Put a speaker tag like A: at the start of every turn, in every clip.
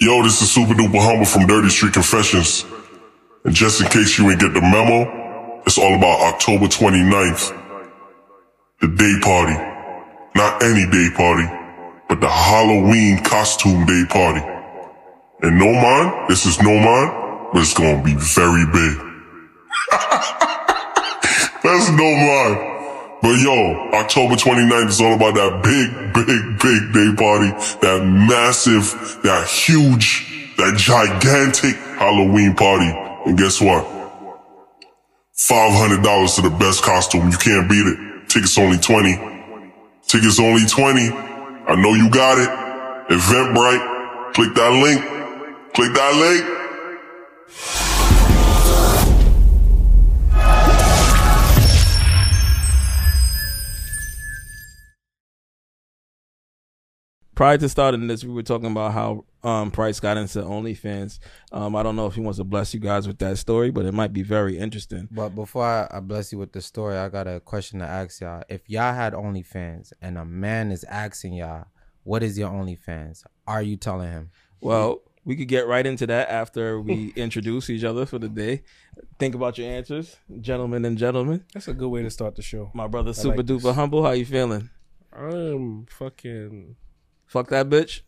A: Yo, this is Super Duper Humble from Dirty Street Confessions. And just in case you ain't get the memo, it's all about October 29th, the day party. Not any day party, but the Halloween costume day party. And no mind, this is no mind, but it's gonna be very big. That's no mind. But yo, October 29th is all about that big, big, big day party. That massive, that huge, that gigantic Halloween party. And guess what? $500 to the best costume. You can't beat it. Tickets only 20. Tickets only 20. I know you got it. Eventbrite. Click that link. Click that link.
B: prior to starting this, we were talking about how um, Price got into OnlyFans. Um, I don't know if he wants to bless you guys with that story, but it might be very interesting.
C: But before I, I bless you with the story, I got a question to ask y'all. If y'all had OnlyFans and a man is asking y'all, what is your OnlyFans? Are you telling him?
B: Well, we could get right into that after we introduce each other for the day. Think about your answers, gentlemen and gentlemen.
D: That's a good way to start the show.
B: My brother, super
D: like
B: duper
D: this.
B: humble. How you feeling?
D: I'm fucking
B: Fuck that bitch.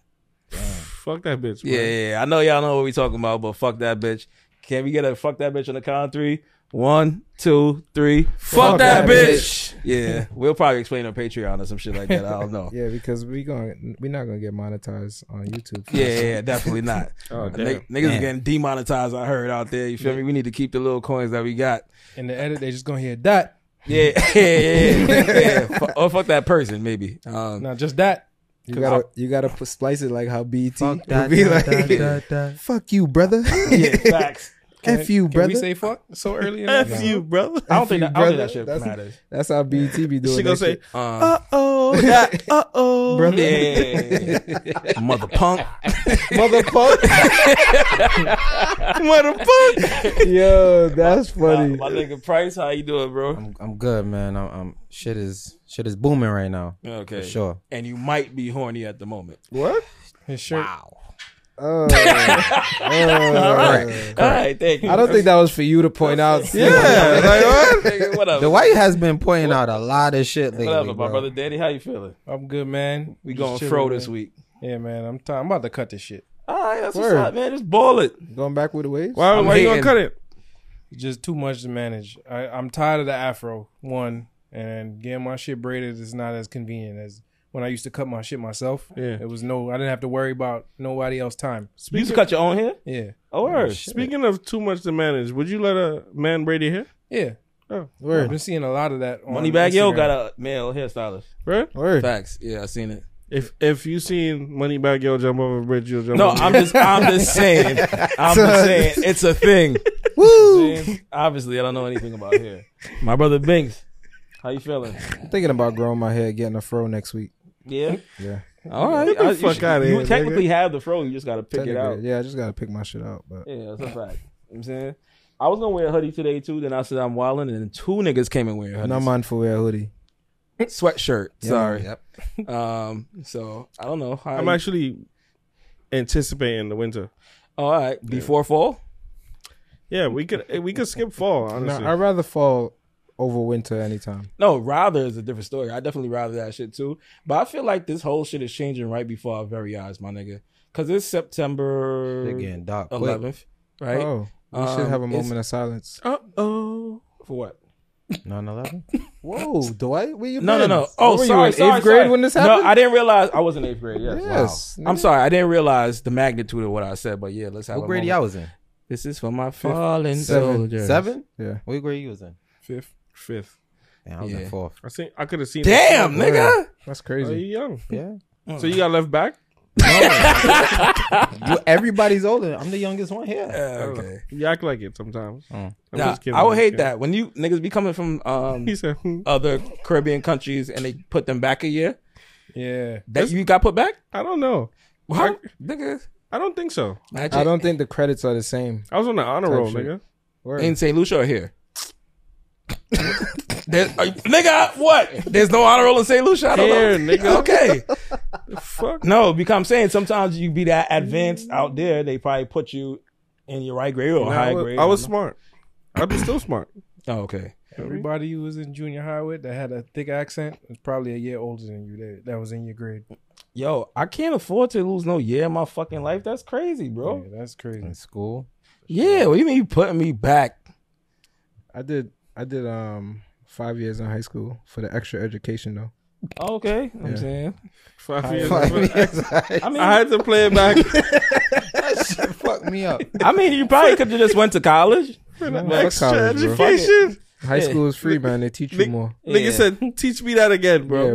E: Uh,
D: fuck that bitch.
B: Yeah, yeah, yeah. I know y'all know what we talking about, but fuck that bitch. Can we get a fuck that bitch on the count of three? One, two, three. Fuck,
D: that bitch.
B: Yeah, we'll probably explain on Patreon or some shit like that. I don't know.
E: Yeah, because we going we're not gonna get monetized on YouTube.
B: Yeah, yeah, yeah, definitely not.
D: Oh
B: Nigg-
D: damn!
B: niggas
C: Man.
B: getting demonetized. I heard out there. You feel me? We need to keep the little coins that we got.
E: In the edit, they just gonna hear that.
B: Yeah, yeah, yeah. yeah. yeah. Fu- Or fuck that person, maybe. Um,
D: Not just that.
E: You gotta you gotta put, slice it like how BET
C: Fuck
E: would
C: that,
E: be
C: that,
E: like.
C: that, that, that.
E: Fuck you, brother.
B: yeah, facts.
D: Can-
E: F you,
D: can
E: brother.
D: We say fuck so early. In
B: F
D: the-
B: you, brother. I don't think
E: you,
B: that, I don't think
E: brother.
B: that shit
E: That's-
B: matters.
E: That's how
D: E
E: BET be doing.
D: She gonna
E: that
D: say
E: shit.
B: Uh
E: oh,
B: uh oh,
E: Brother.
B: Yeah, yeah, yeah, yeah, yeah. mother punk,
E: motherfucker.
B: mother punk.
E: Yo, that's
B: Nah,
E: funny.
B: my nigga Price, how you doing, bro?
C: I'm I'm good, man. I'm, I'm shit is shit is booming right now.
B: Okay,
C: For sure.
B: And you might be horny at the moment.
E: What?
D: His shirt.
E: Oh, oh.
B: All right, thank you.
E: I don't think that was for you to point out.
C: Yeah, like what?
B: Nigga, whatever.
C: The white has been pointing out a lot of shit lately.
B: Whatever, my
C: bro.
B: brother Daddy, how you feeling?
D: I'm good, man.
B: We
D: Just
B: going
D: chilling,
B: fro
D: man.
B: this week.
D: Yeah, man. I'm t- I'm about to cut this shit.
B: All right, that's
E: Word.
B: what's up, man. Just ball it.
E: Going back with the waves.
D: Why?
B: I'm
D: why you
B: hating.
D: gonna cut it? It's Just too much to manage. I, I'm tired of the afro one, and getting my shit braided is not as convenient as when I used to cut my shit myself.
B: Yeah.
D: It was no. I didn't have to worry about nobody else time.
B: You used to cut your own hair?
D: Yeah.
B: Oh, word.
F: Speaking of too much to manage, would you let a man braid your hair?
D: Yeah.
F: Oh,
D: I've been seeing a lot of that. on
B: Moneybag Yo
D: Instagram.
B: got a male hairstylist.
F: Right?
E: Word.
B: Facts. Yeah, I seen it.
F: If if you seen Moneybag Yo jump over a bridge, you'll jump
B: No,
F: over
B: I'm just I'm just saying. I'm just saying it's a thing.
E: Woo.
B: Obviously, I don't know anything about hair. My brother Binks, how you feeling?
E: I'm thinking about growing my hair, getting a fro next week.
B: Yeah.
E: Yeah.
B: All right.
F: the
B: I- you
F: fuck
B: should-
F: outta
B: You
F: here,
B: technically have the fro. You just gotta pick it
E: Technically,
B: out.
E: Yeah, I just gotta pick my shit out. But
B: Yeah, that's a fact. You know what I'm saying. I was gonna wear a hoodie today too. Then I said I'm wilding, and two niggas came and wear hoodies.
E: not mindful wear hoodie.
B: sweatshirt. Sorry.
C: Yep.
B: Um. So I don't know. How
F: I'm
B: you-
F: actually anticipating the winter.
B: Oh, all right. Before fall.
F: Yeah, we could eh, we could skip fall, honestly.
E: No, I'd rather fall over winter anytime.
B: No, rather is a different story. I definitely rather that shit too. But I feel like this whole shit is changing right before our very eyes, my nigga. Cause it's September
C: They're getting dark. quick.
B: eleventh, right?
E: Oh, we
B: Um,
E: should have a
B: it's-
E: moment of silence.
B: Uh oh. For what?
C: 9/11?
E: Whoa, Dwight, where you
B: No, no,
E: been?
B: no. Oh,
E: Were you
B: sorry,
E: in
B: sorry,
E: eighth grade
B: sorry.
E: when this
B: No,
E: happened?
B: I didn't realize I was in eighth grade. Yes.
E: yes.
B: I'm sorry, I didn't realize the magnitude of what I said, but yeah, let's have
C: What
B: a
C: grade
B: moment.
C: y'all was in?
B: This is for my fallen
E: seven,
B: soldiers.
C: Seven?
E: Yeah.
C: What grade you was in?
F: Fifth, fifth.
C: Damn, I was
B: Yeah.
C: in fourth.
F: I think I could have seen.
B: Damn,
F: that.
B: nigga.
E: That's
F: Are you
E: crazy.
F: young?
C: Yeah.
F: So you got left back?
C: You- everybody's older. I'm the youngest one here.
B: Yeah, okay.
F: You act like it sometimes. I'm
B: Oh. Nah,
F: just kidding.
B: I would
F: I'm
B: hate
F: kidding.
B: that when you niggas be coming from um,
F: He said, hmm,
B: other Caribbean countries and they put them back a year.
D: Yeah.
B: That you got put back?
F: "I don't know.
B: What? Nigga.
F: I don't think so.
E: I don't think the credits are the same.
F: I was on the honor roll,
E: shit.
F: nigga.
E: Word.
B: in St. Lucia or here.
D: There-
B: Are you- nigga, I- what? There's no honor roll in St. Lucia. I don't
F: Hair,
B: know.
F: nigga.
B: Okay.
F: Fuck.
B: No, because I'm saying sometimes you be that advanced out there, they probably put you in your right grade or
F: Nah,
B: high
F: I was,
B: grade.
F: I was
B: don't
F: smart. I'd be still smart.
B: know. Oh, okay.
D: Everybody you was in junior high with that had a thick accent was probably a year older than you that, that was in your grade.
B: Yo, I can't afford to lose no year in my fucking life. That's crazy,
E: Oh.
D: Bro,
B: bro.
D: that's crazy.
C: in school.
B: Yeah, what do you mean you putting me back?
E: I did. I did um five years in high school for the extra education though.
B: Okay, I'm
E: Yeah.
B: saying.
F: Five years.
C: Five years.
B: I mean,
F: I had to play it back.
C: that shit fucked me up.
B: I mean, you probably could have just went to college.
E: Fuck
F: Extra
E: college, bro.
F: education.
E: High school is free, man. They teach you
F: Nick-
E: more.
B: Yeah.
F: Nigga said, teach me that again, bro.
E: Yeah,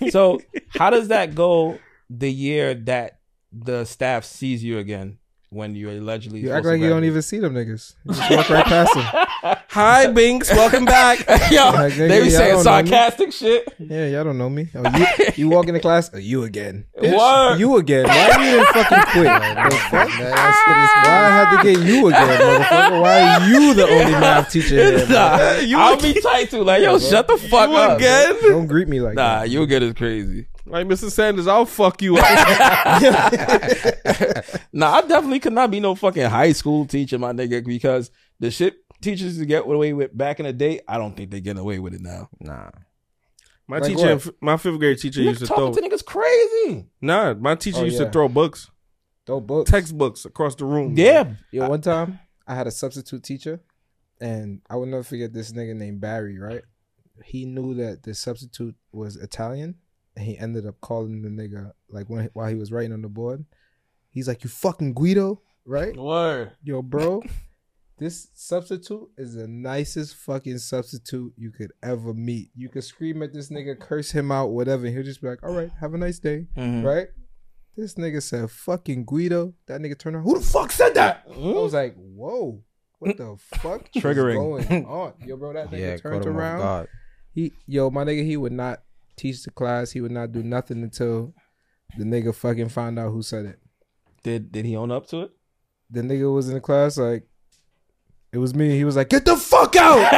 E: bro.
B: So, how does that go the year that the staff sees you again when you allegedly?
E: You
B: supposed
E: act
B: to
E: like you don't
B: graduate?
E: even see them niggas. You just walk right past them.
F: Hi, Binks. Welcome back.
B: Yo,
E: Like, nigga,
B: they be saying
E: y'all don't know me.
B: sarcastic shit.
E: Yeah, y'all don't know me. Oh, you, you walk into class. Oh, you again. Bitch,
B: Word.
E: You again. Why you didn't fucking quit? The fuck?
C: Man, that
E: Why I had to get you again, motherfucker? Why are you the only math teacher here? bro?
B: Nah,
F: You
B: I'll
F: again.
B: be tight too. Like, yo, shut the fuck
F: you
B: up.
F: again?
E: Don't greet me like
B: Nah,
E: that.
B: you get is crazy.
F: Like Mr. Sanders, I'll fuck you up.
B: Nah, I definitely could not be no fucking high school teacher, my nigga, because the shit teachers to get away with back in the day, I don't think they get away with it now.
C: shit is nah.
F: My
E: Like
F: teacher,
E: what?
F: my fifth grade teacher used to
B: Niggas talking
F: throw.
B: to niggas crazy.
F: Nah, my teacher
E: Oh,
F: used to
E: yeah.
F: throw books,
E: Don't book.
F: textbooks across the room.
B: Yeah,
E: Yo, one time I had a substitute teacher, and I will never forget this nigga named Barry. Right? He knew that the substitute was Italian, and he ended up calling the nigga like when while he was writing on the board. He's like, "You fucking Guido, right?
B: word.
E: Yo, bro." This substitute is the nicest fucking substitute you could ever meet. You could scream at this nigga, curse him out, whatever. and He'll just be like, "All right, have a nice day."
B: Mm. Mm-hmm.
E: right? This nigga said fucking Guido. That nigga turned around. Who the fuck said that? I was like, whoa, what the fuck? is
B: Triggering.
E: going on, yo, bro. That nigga
C: Yeah,
E: turned
C: caught him off
E: around.
C: guard.
E: He, yo, my nigga, he would not teach the class. He would not do nothing until the nigga fucking found out who said it.
B: Did did he own up to it?
E: The nigga was in the class like. It was me. He was like, "Get the fuck out!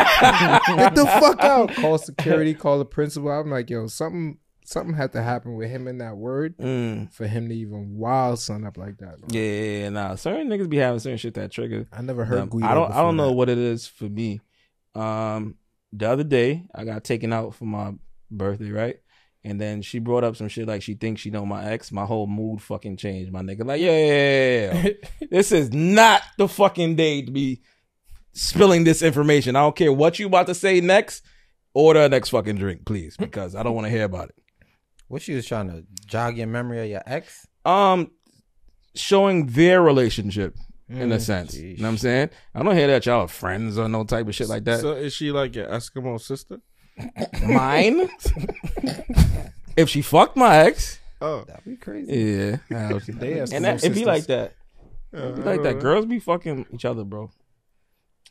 E: Get the fuck out!" Call security. Call the principal. I'm like, "Yo, something, something had to happen with him and that word
B: Mm.
E: for him to even wild son up like that." bro.
B: Yeah, yeah, yeah, nah. Certain niggas be having certain shit that trigger.
E: I never
B: them.
E: heard Guido.
B: I don't I
E: before
B: don't know
E: that.
B: what it is for me. Um the other day I got taken out for my birthday, right? And then she brought up some shit like she thinks she know my ex. My whole mood fucking changed, my nigga. Like, yeah, yeah, yeah, yeah. this is not the fucking day to be spilling this information. I don't care what you about to say next. Order a next fucking drink, please, because I don't want to hear about it.
C: What she was trying to jog your memory of your ex?
B: um showing their relationship in
E: Mm,
B: a sense. You
C: Sheesh.
B: know what I'm saying? I don't hear that y'all are friends or no type of shit like that.
F: So is she like your Eskimo sister?
B: Mine? if she fucked my ex,
F: Oh,
C: That'd be crazy.
B: yeah.
D: They asked
B: and
D: for
B: that, it'd be
D: sisters.
B: like that.
F: yeah,
B: It'd be
F: I
B: like
F: know
B: that. Girls be fucking each other, bro.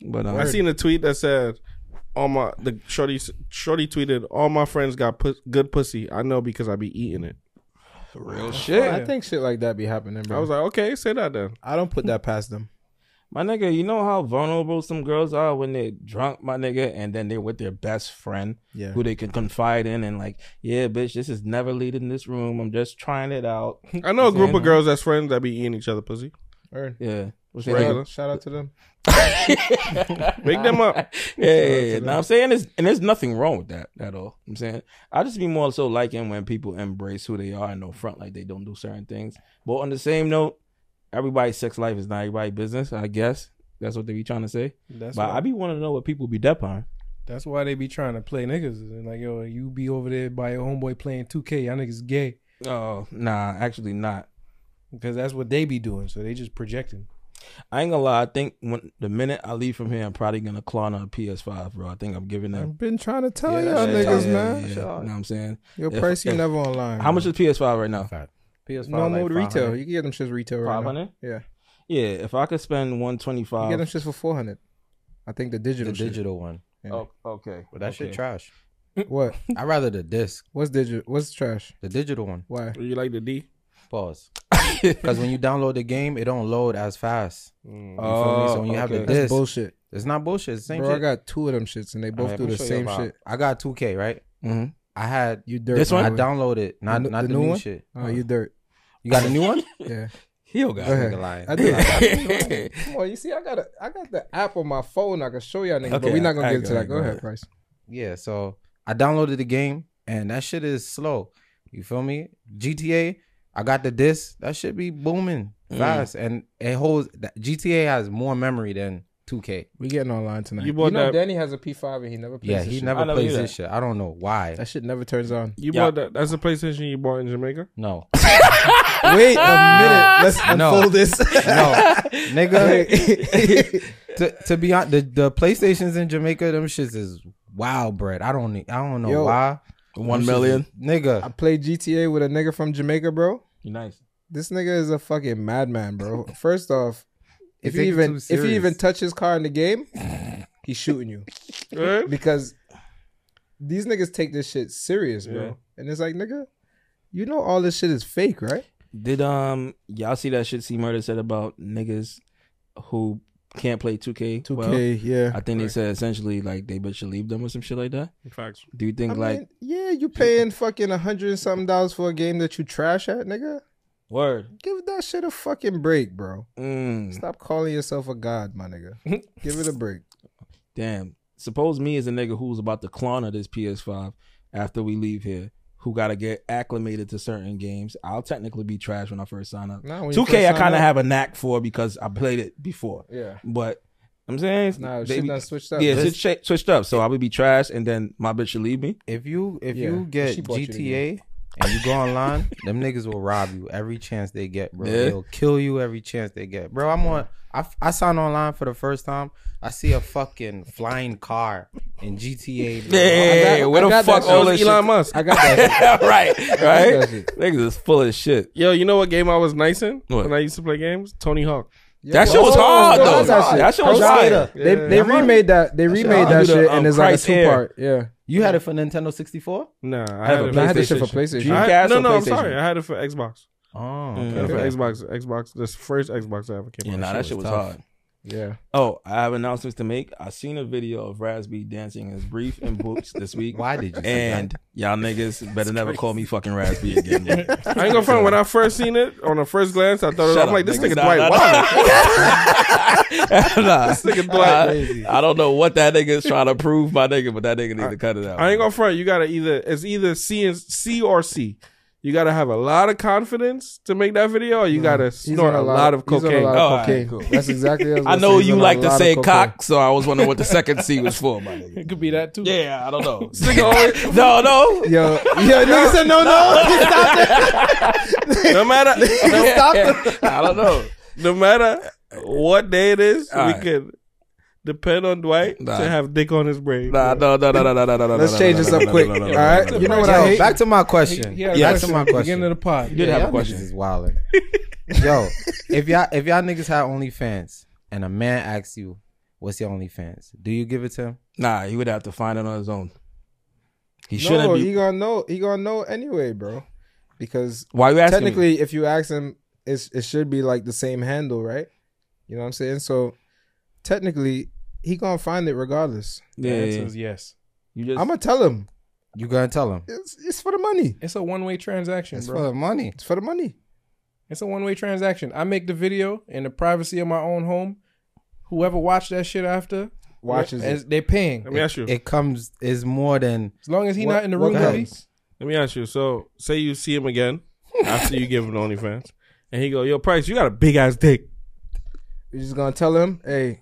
B: But um,
F: I seen a tweet that said, "All my the shorty shorty tweeted, all my friends got pus- good pussy. I know because I be eating it."
B: real shit.
E: I think shit like that be happening, bro.
F: I was like, okay, say that then.
E: I don't put that past them.
B: My nigga, you know how vulnerable some girls are when they're drunk, my nigga, and then they're with their best friend
E: Yeah.
B: who they can confide in and like, yeah, bitch, this is never leaving this room. I'm just trying it out.
F: I know a group
B: Yeah.
F: of girls that's friends that be eating each other pussy.
E: Or,
B: Yeah. What's
E: shout,
F: Regular.
E: out, shout out to them.
F: Make them up.
B: yeah, yeah, yeah. Now I'm saying this, and there's nothing wrong with that at all. I'm saying I just be more so liking when people embrace who they are and don't front like they don't do certain things. But on the same note, everybody's sex life is not everybody's business. I guess that's what they be trying to say.
D: That's
B: but
D: why,
B: I be wanting to know what people be dep on.
D: that's why they be trying to play niggas. And like, yo, you be over there by your homeboy playing 2K. Y'all niggas gay.
B: Oh, nah, actually not.
D: Because that's what they be doing. So they just projecting.
B: I ain't gonna lie. I think when the minute I leave from here, I'm probably gonna claw on a PS5, bro. I think I'm giving that.
E: I've been trying to tell
C: Yeah,
E: y'all
C: that shit
E: niggas,
C: tight.
E: man.
B: Yeah, know what I'm saying?
E: Your
B: If-
E: price, you
B: if-
E: never online.
B: How much is PS5 right now?
C: PS5
E: normal
C: like
E: retail?
C: 500.
E: You can get them shits retail right now.
B: 500?
E: Yeah,
B: Yeah, if I could spend
E: you get them
B: 125.
E: shits for four hundred. I think the
C: The
E: digital. shit.
C: digital one.
B: Oh, okay.
C: But that shit
B: Okay.
C: trash.
E: What?
C: I'd rather the disc.
E: What's digital? What's trash?
C: The digital one.
E: Why?
F: You like the D?
C: Pause. Because when you download the game, it don't load as fast. You feel me? So when you have the
E: Mm. Oh, That's
C: disc,
E: bullshit.
C: It's not bullshit. It's the same
E: Bro,
C: shit.
E: I got two of them shits and they both
C: Alright,
E: do
C: I'ma
E: the
C: show you
E: same
C: about-
E: shit.
C: I got 2K, right?
B: hmm
C: I had
E: You dirt.
B: This
E: by
B: one?
E: the
C: I
E: way.
C: downloaded, not
E: The-
C: not
E: the
C: the,
E: new
C: new,
E: one?
C: shit.
E: Oh, you dirt.
C: You got a new one?
E: Yeah.
B: He'll
E: Go ahead.
B: got.
C: Nigga lying.
E: I do. I do. Come on, you see, I got a, I got the app on my phone. I can show y'all niggas, but
B: Okay,
E: we're not gonna
B: I- I
E: get into
B: go
E: that.
B: ahead,
E: Go
B: go
E: ahead,
B: ahead.
E: Price.
C: Yeah, so I downloaded the game and that shit is slow. You feel me? GTA, I got the disc. That should be booming
B: Mm.
C: fast. And it holds that GTA has more memory than 2K.
E: We getting online tonight. You,
F: You bought
E: know,
F: that-
E: Danny has a P five and he never plays.
C: Yeah,
E: this
C: he
E: shit.
B: I
C: never
B: never
C: plays
B: knew
C: this shit. I don't know why.
E: That shit never turns on.
F: You
B: Yeah.
F: bought that? That's the PlayStation you bought in Jamaica.
C: No.
E: Wait a minute. Let's
C: No.
E: unfold this.
C: No. Nigga,
E: Wait.
C: to, to be honest, the, the PlayStations in Jamaica, them shits is wild bread. I don't I don't know
E: Yo.
C: why.
B: One
C: Them shits
B: million.
C: is- Nigga.
E: I played GTA with a nigga from Jamaica, bro.
B: Nice.
E: This nigga is a fucking madman, bro. First off,
C: They
E: if you
C: take it
E: even
C: too
E: if you even
C: serious.
E: touch his car in the game, he's shooting you
F: Right?
E: because these niggas take this shit serious, bro.
F: Yeah.
E: And it's like, nigga, you know all this shit is fake, right?
B: Did um y'all see that shit? C Murder said about niggas who can't play 2K.
E: Two K,
B: well?
E: yeah.
B: I think they said essentially like they bitch should leave them or some shit like that.
F: Facts.
B: Do you think
E: I
B: like
E: mean, yeah, you paying fucking a hundred and something dollars for a game that you trash at, nigga.
B: word?
E: Give that shit a fucking break, bro.
B: Mm,
E: Stop calling yourself a god, my nigga. Give it a break.
B: damn. Suppose me as a nigga who's about to clone this PS5 after we leave here, who gotta get acclimated to certain games. I'll technically be trash when I first sign up.
E: Nah, when you
B: 2K, I
E: first sign
B: kind of
E: up-
B: have a knack for because I played it before.
E: yeah.
B: But I'm saying,
E: Nah,
B: they
E: shit
B: be-
E: done switched up.
B: yeah,
E: This-
B: shit cha- switched up. So I would be trash, and then my bitch should leave me.
C: If you if
E: Yeah,
C: you
E: she
C: get
E: bought you the
C: GTA and you go online, them niggas will rob you every chance they get, bro.
B: Yeah.
C: They'll kill you every chance they get, bro. I'm on. I I signed online for the first time. I see a fucking flying car in GTA. Bro.
B: Hey,
E: got-
B: where
E: I
B: the
E: got that
B: fuck
E: shit.
B: all
F: That
B: this shit?
F: was Elon Musk.
E: I got that. shit.
B: right, right.
E: that shit.
B: Niggas is full of shit.
F: Yo, you know what game I was nice in
B: What?
F: when I used to play games? Tony Hawk.
B: That shit was
E: Oh,
B: hard
E: yeah,
B: though.
E: that's that shit.
B: That shit was
E: Pro
B: hard.
E: Skater. They
F: Yeah.
E: they
F: Yeah, man.
E: remade that. They remade
B: hard.
E: that
B: Do the,
E: shit,
B: um,
E: and it's like a
B: Christ
E: two
B: Air.
E: part. Yeah,
C: You had it for Nintendo 64.
F: Nah, I,
B: have a
F: it
E: I had this shit for
B: PlayStation.
E: PlayStation.
B: Do you-
F: I
B: Dreamcast
F: had, no,
B: or
F: no, I'm
B: PlayStation?
F: sorry. I had it for Xbox.
B: Mm,
C: Oh,
F: I had it for
B: Okay.
F: Xbox, Xbox, this first Xbox I ever came
B: Yeah,
F: out.
B: nah, that shit was
C: tough.
B: hard.
E: yeah,
B: Oh, I have announcements to make. I seen a video of Razby dancing his brief in boots this week.
C: Why did you? say
B: And
C: that?
B: y'all niggas better never call me fucking Razby again. nigga.
F: I ain't gonna front. When I first seen it, on the first glance, I thought it was,
B: Shut
F: I'm
B: up,
F: like, this
B: nigga.
F: nigga
B: Nah,
F: Dwight
B: nah,
F: Wilder.
B: Nah.
F: nigga
B: I-
F: Dwight
B: I, don't know what that nigga is trying to prove, my nigga, but that nigga need to cut it out.
F: I ain't gonna front. You gotta either it's either C and C or C. You gotta have a lot of confidence to make that video, or you gotta
E: Mm. He's
F: snort
E: on
F: a lot of
E: he's on a
F: cocaine.
B: Oh,
E: lot of
B: all right,
E: cocaine.
B: cool.
E: That's exactly. what I
B: I
E: was gonna
B: know
E: say. He's
B: you
E: on a
B: like to
E: lot of
B: say
E: cocaine.
B: cock, so I was wondering what the second C was for, my nigga.
D: It could be that too.
B: Yeah, I don't know.
F: This nigga always-
B: no, no.
E: Yo, yo, nigga said no, no.
F: no matter no,
B: I don't know.
F: no matter what day it is,
B: All
F: we
B: right.
F: can depend on Dwight
B: Nah.
F: to have dick on his brain.
B: Nah, no, no, no, no, no, no, no.
E: Let's
B: no,
E: change
B: no,
E: this
B: no,
E: up
B: no,
E: quick.
B: no,
E: All
B: no, no,
E: right,
B: no, no,
E: you know
B: no.
E: what
C: Yo,
E: I hate?
C: back to my question.
D: He had a
B: Yeah,
C: back to
D: question
C: my
D: at the
C: question.
D: Beginning of the pod.
B: You did
C: Yeah,
B: have a
C: y'all
B: question.
C: Niggas is wilding. Yo, if y'all if y'all niggas had OnlyFans and a man asks you, "What's your OnlyFans?" Do you give it to him?
B: Nah, he would have to find it on his own. He shouldn't
E: No,
B: be.
E: he gonna know. He gonna know anyway, bro. Because
B: Why you asking? me?
E: technically, if you ask him, it's, it should be like the same handle, right? You know what I'm saying? So technically, he gonna find it regardless.
D: The
B: yeah,
D: answer
B: yeah.
D: is yes.
B: you just.
E: I'm gonna tell him
C: You gonna tell him?
E: it's, it's for the money.
D: It's a one way transaction,
C: It's
D: bro.
C: for the money.
E: It's for the money.
D: It's a one way transaction. I make the video in the privacy of my own home. Whoever watched that shit after
E: Watches it.
D: as- they paying.
F: Let me ask you.
C: It comes is more than
D: As long as he
E: What-
D: not in the
E: what
D: room with me,
E: happens?
F: Let me ask you. So say you see him again after you give him the OnlyFans, and he go, "Yo, Price, you got a big ass dick."
E: You're just gonna tell him, hey,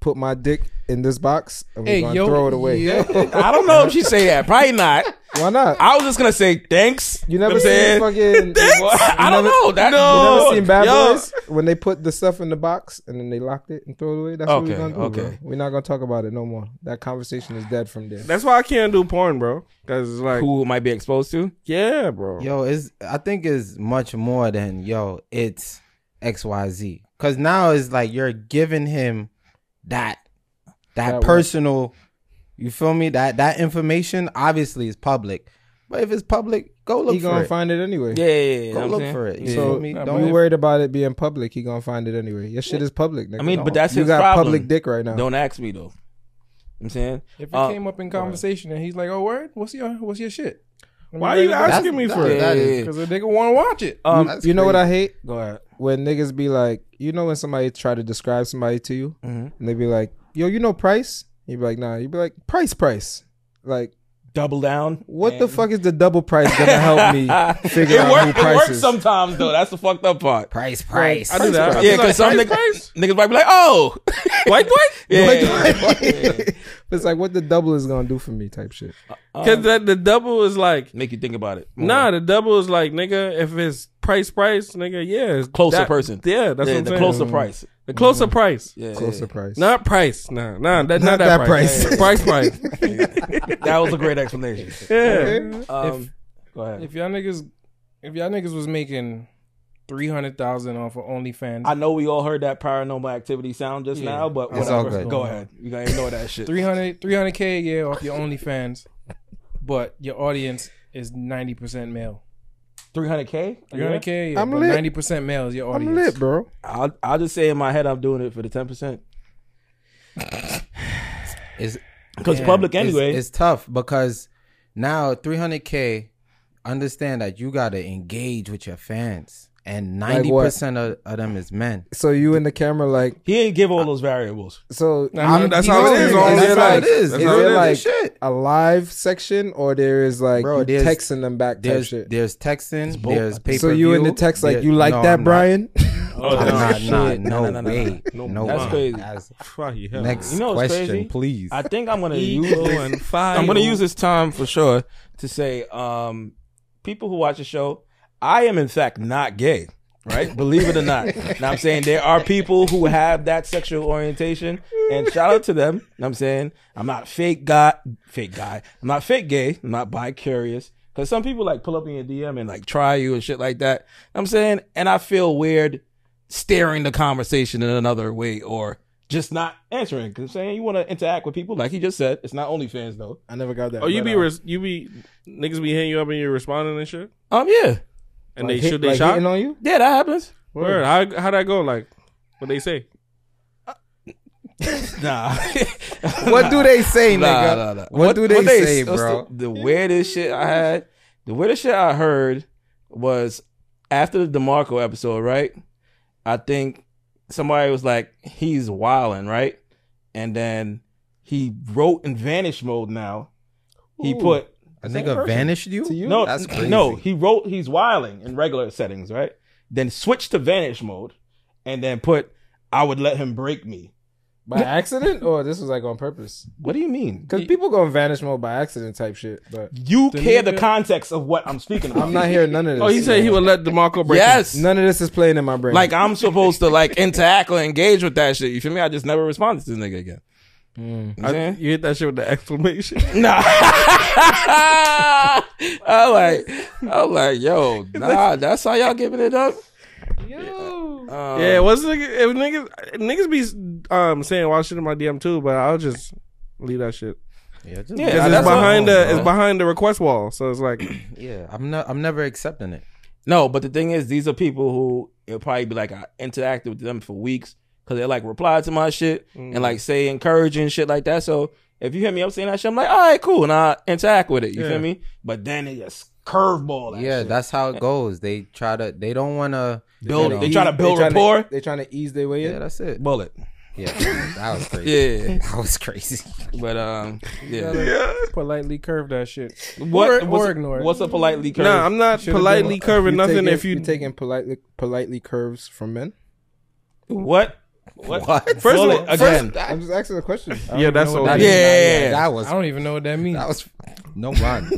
E: put my dick in this box and we're
D: Hey,
E: gonna
D: yo,
E: throw it away.
B: I don't know if she say that. Probably not.
E: Why not?
B: I was just gonna say thanks.
E: You never
B: know what I'm
E: seen
B: saying?
E: fucking
B: I don't know. That
E: you
B: no.
E: never seen Bad
F: yo.
E: Boys when they put the stuff in the box and then they locked it and throw it away. That's what
B: Okay,
E: we're gonna do.
B: okay.
E: bro. We're not gonna talk about it no more. That conversation is dead from there.
F: That's why I can't do porn, bro. Cause it's like,
B: Who might be exposed to?
F: yeah, bro.
C: yo. Is I think is much more than yo. It's X Y Z. Cause now it's like you're giving him that that,
E: That what?
C: personal. You feel me? That that information obviously is public. But if it's public, go look
E: He
C: for
E: gonna
C: it.
E: find it anyway.
B: Yeah, yeah, yeah. you know
C: go
B: what I'm
C: look
B: saying?
C: for it. You
B: Yeah.
C: feel
E: So,
C: me?
D: nah,
C: Don't
E: Don't you worried about it being public. He gonna find it anyway. Your shit is public. Nigga.
B: I mean, but that's
E: you
B: his
E: got
B: problem.
E: public dick right now.
B: Don't ask me though. I'm saying
D: If it
B: Uh,
D: came up in conversation and he's like, "Oh, word, what's your what's your shit?"
F: Why are you asking me
C: that-
F: for it?
C: that is-
B: Yeah.
D: Because the nigga want to watch it.
B: um
C: That's
E: you know what
C: crazy.
E: I hate?
B: go ahead.
E: When niggas be like, you know, when somebody try to describe somebody to you,
B: Mhm.
E: and they be like, "Yo, you know Price?" You be like, "Nah." You be like, "Price, Price." Like,
B: Double down.
E: what the
B: And-
E: fuck is the double price gonna help me figure
B: it
E: out
B: work,
E: who
B: It
E: Price
B: works
E: is?
B: sometimes though. That's the fucked up part.
C: Price, price.
F: I do that. I
B: Yeah,
F: do that.
B: because some
F: Price,
B: niggas,
F: price?
B: niggas might be like, oh,
F: White, white?
B: yeah,
E: Like,
B: yeah, yeah.
E: it's like what the double is gonna do for me, type shit.
D: Um,
F: Because the, the double is like,
B: Uh, make you think about it. more.
F: nah, the double is like, nigga, if it's price, price, nigga, yeah. it's
B: Closer
F: that-
B: person.
F: Yeah, that's
B: Yeah,
F: what I'm
B: the
F: saying.
B: closer price.
F: The closer
D: Mm-hmm.
F: price.
B: Yeah,
E: Closer
B: yeah.
E: price.
F: Not price. Nah, nah, that, not,
E: Not that
F: that, price. price,
E: price.
F: price.
B: that was a great explanation.
F: Yeah.
E: Okay.
B: Um, go ahead.
D: If y'all niggas, if y'all niggas was making three hundred thousand off of OnlyFans,
B: I know we all heard that paranormal activity sound just now, but
D: It's
B: whatever.
C: all good.
B: Go ahead. You gotta ignore that shit.
D: 300 300k a year off your OnlyFans, but your audience is ninety percent male.
B: 300k.
D: Three hundred k, a year,
E: I'm
D: but
E: lit.
D: ninety percent male is your audience.
E: I'm lit, bro.
B: I'll, I'll just say in my head, I'm doing it for the 10 percent
C: It's,
B: because
D: Damn,
B: public
C: it's-
B: anyway.
C: it's tough because now 300k. Understand that you gotta engage with your fans, and
E: Like
C: ninety
E: what?
C: percent of, of them is men.
E: So you in the camera like
B: he didn't give all those variables.
E: so
D: I'm-
F: that's how it is.
E: That's
F: on
E: how
F: OnlyFans.
E: it
F: That's
C: is.
E: Is
F: how
E: there
F: it
E: like
C: Shit.
E: a live section or there is like
C: Bro,
E: you
C: there's-
E: texting them back type
C: There's
E: shit?
C: there's texting. There's pay per view.
E: So you in the text like you like that, Brian?
B: Oh,
C: I'm not, not,
B: shit.
C: no, way. No,
B: That's
C: way.
B: crazy.
C: That's-
F: Fuck you, hell.
C: next
B: You know what's
C: question,
B: crazy?
C: please.
B: I think I'm gonna use
F: Equal
B: this.
F: and file.
B: I'm gonna use this time for sure to say, um, people who watch the show, I am in fact not gay. Right, believe it or not. Now I'm saying there are people who have that sexual orientation, and shout out to them. You know what I'm saying I'm not fake guy, fake guy. I'm not fake gay. I'm not bi curious because some people like pull up in your DM and like try you and shit like that. You know what I'm saying, and I feel weird steering the conversation in another way or just not answering. Because I'm saying you want to interact with people, like he just said. It's not OnlyFans though.
E: I never got that.
F: Oh, you
E: but,
F: be
E: uh,
F: res- you be niggas be hitting you up and you're responding and shit,
B: Um, yeah,
F: and
E: like
F: they
E: hit-
F: shoot they
E: like hitting
F: shot.
E: on you?
B: yeah, that happens.
F: Word, how how that go? Like, what they say?
B: Nah,
C: what do they say,
B: Nah,
C: nigga?
B: nah, nah.
C: What, do they, say,
B: what's
C: bro?
B: The, the weirdest shit I had, the weirdest shit I heard was after the Demarco episode, right? I think somebody was like, "He's wilding," right? And then he wrote in vanish mode. Now he put
C: A
B: Same
C: nigga
B: person.
C: vanished you?
E: To you?
B: No,
C: That's
B: n-
C: crazy.
B: no, he wrote he's wiling in regular settings, right? Then switched to vanish mode and then put I would let him break me.
E: By accident or this was like on purpose?
B: What do you mean?
E: Because people go in vanish mode by accident type shit, but
B: You care the
D: nigga-
B: context of what I'm speaking about.
E: I'm not hearing none of this.
F: Oh, he said he would let Demarco break. him.
B: Yes.
E: none of this is playing in my brain.
B: Like I'm supposed to like interact or engage with that shit. You feel me? I just never responded to this nigga again.
F: Mm.
B: You know what
F: I-
B: I'm saying?
F: you hit that shit with the exclamation.
B: Nah. I'm like, I'm like, yo, nah, that's how y'all giving it up? Um,
F: yeah, what's nigga? If niggas niggas be um saying wild shit in my DM too, but I'll just leave that shit.
C: Yeah, just-
B: Yeah,
F: 'Cause
B: that's
F: it's behind
B: all,
F: the
B: bro.
F: it's behind the request wall, so it's like
C: yeah. I'm not. I'm never accepting it.
B: No, but the thing is, these are people who it'll probably be like I interacted with them for weeks because they like reply to my shit
F: Mm.
B: and like say encouraging shit like that. So if you hear me up saying that shit, I'm like, all right, cool, and I interact with it. You
F: Yeah.
B: feel me? But then they just curveball. That
C: yeah,
B: shit.
C: that's how it goes. They try to. They don't want to
B: build.
C: You
B: They
C: know,
B: try to build
E: tryna-
B: rapport.
E: they trying to ease their way in.
C: yeah, that's it.
B: Bullet.
C: Yeah, that was crazy.
B: Yeah,
C: That was crazy.
B: but um, yeah.
F: yeah.
D: Politely curve that shit.
B: What
D: or
B: what's,
D: ignore it.
B: what's a politely curve?
F: Nah, I'm not politely curving nothing.
E: taking,
F: if you
E: taking politely politely curves from men.
B: what? What?
C: What?
F: First of
B: Bullet
F: all-
B: again.
E: I'm just asking a question.
F: yeah, that's all.
D: what that
B: yeah,
D: is.
B: yeah, yeah.
C: That was.
D: I don't even know what that means.
C: That was. No run.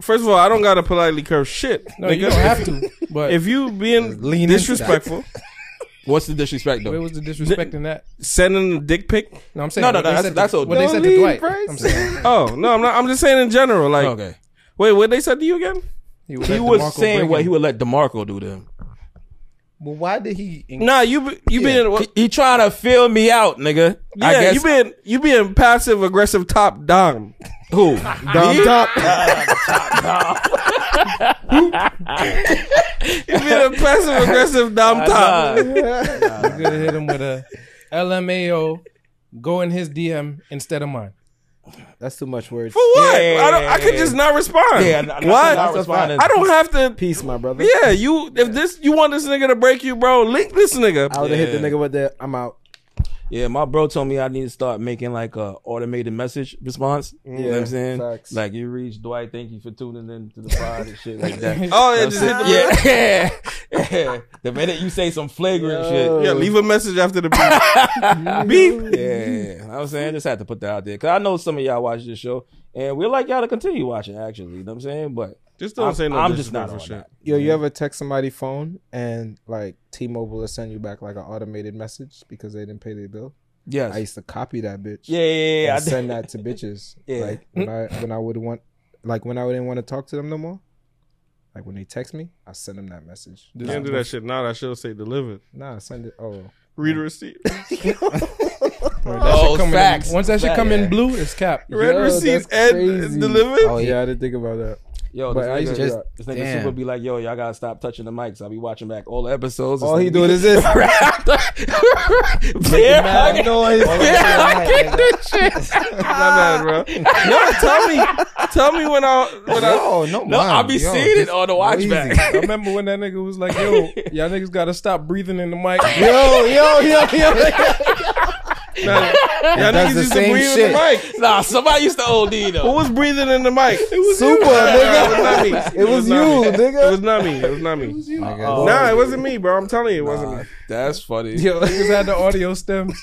F: First of all, I don't gotta politely curve shit.
D: no, you
F: nigga.
D: don't have to. But
F: If you being
C: Lean into
F: disrespectful,
B: What's the disrespect
D: where
B: though?
D: was the disrespect in that?
F: sending a dick pic.
D: No, I'm saying
B: No, no,
D: what
B: no,
D: they
B: that's-
D: said to-
B: that's what-
D: what they
E: Don't
D: said to
E: leave,
D: Dwight.
E: Bryce.
D: I'm saying
F: Oh no, I'm not. I'm just saying in general. Like,
B: Okay.
F: wait, what they said to you again?
D: would
B: He
D: let
B: was
D: DeMarco
B: saying
D: break
B: what
D: him.
B: he would let Demarco do to him.
C: well, why did he?
F: Nah, you be- you being
B: He, he trying to fill me out, nigga. I
F: yeah,
B: guess.
F: you being you being passive aggressive top dom.
B: Who?
F: Dom top. you been a passive aggressive
B: Uh,
F: dom top.
D: You could have hit him with a LMAO, go in his DM instead of mine.
E: That's too much words.
F: For what?
B: Yeah,
F: I don't. I
B: yeah,
F: could
B: yeah.
F: just not respond.
B: Yeah, not- not-
F: what?
B: not responding.
F: I don't have to.
E: Peace, my brother.
F: Yeah, you. If this, you want this nigga to break you, bro. Link this nigga.
E: I would have hit the
B: Yeah.
E: nigga with the I'm out.
B: Yeah, my bro told me I need to start making like a automated message response. You know what I'm
E: Yeah,
B: saying?
E: facts.
B: Like you reach Dwight, thank you for tuning in to the pod and shit like that.
F: oh yeah,
B: You know
F: just
B: what I'm
F: hit the
B: saying? yeah, yeah. The minute you say some flagrant
E: Yo.
F: Yeah, leave a message after the beep.
B: shit, yeah, yeah. I'm saying I just had to put that out there because I know some of y'all watch this show and we would like y'all to continue watching. Actually, you know what I'm saying? But
F: Just don't
B: I'm-
F: say no.
B: I'm just not
F: disrespectful
B: on
F: shit.
B: that.
E: Yo, you ever text somebody phone and like T-Mobile will send you back like an automated message because they didn't pay their bill?
B: Yes.
E: I used to copy that bitch.
B: yeah, yeah, yeah.
E: and
B: I did.
E: send that to bitches.
B: Yeah.
E: Like when I when I would want like when I didn't want to talk to them no more. Like when they text me, I send them that message.
F: You Can't do that shit now. That shit'll say delivered.
E: Nah, send it. Oh,
F: Read a receipt.
D: That
B: Oh,
D: shit come in-
B: facts.
D: once that shit
B: Fact.
D: come
B: Yeah.
D: in blue, it's cap.
F: Red
E: Yo,
F: receipt
E: that's
F: and
E: crazy.
F: delivered.
C: Oh,
E: yeah,
C: yeah.
E: I didn't think about that.
B: Yo,
E: But
B: this
E: I used
B: nigga,
E: to just.
B: this nigga
C: Damn.
B: super be like, yo, y'all gotta stop touching the mics. I'll be watching back all the episodes.
E: All he doing is this.
B: bear hugging, bear hugging this shit.
F: My bad, bro. No, tell me, tell me when I when I.
C: no, no,
B: No, I'll be
C: yo,
B: seeing it
C: just
B: on the watch
C: easy.
B: back.
D: I remember when that nigga was like, "Yo, y'all niggas gotta stop breathing in the mic."
E: yo, yo, yo, yo.
F: Nah, y'all
C: That's
F: niggas
C: the
F: used to
C: same
F: breathe in the mic.
B: Nah, somebody used to OD
F: Who
B: though.
F: was breathing in the mic? It was
E: Super, nigga.
F: not me.
E: It was you,
F: not me. It was
E: nigga.
F: not me. It was not me.
C: Nigga,
F: Nah, it wasn't me, bro. I'm telling you, it wasn't me.
B: That's funny.
D: Yo, niggas had the audio stems.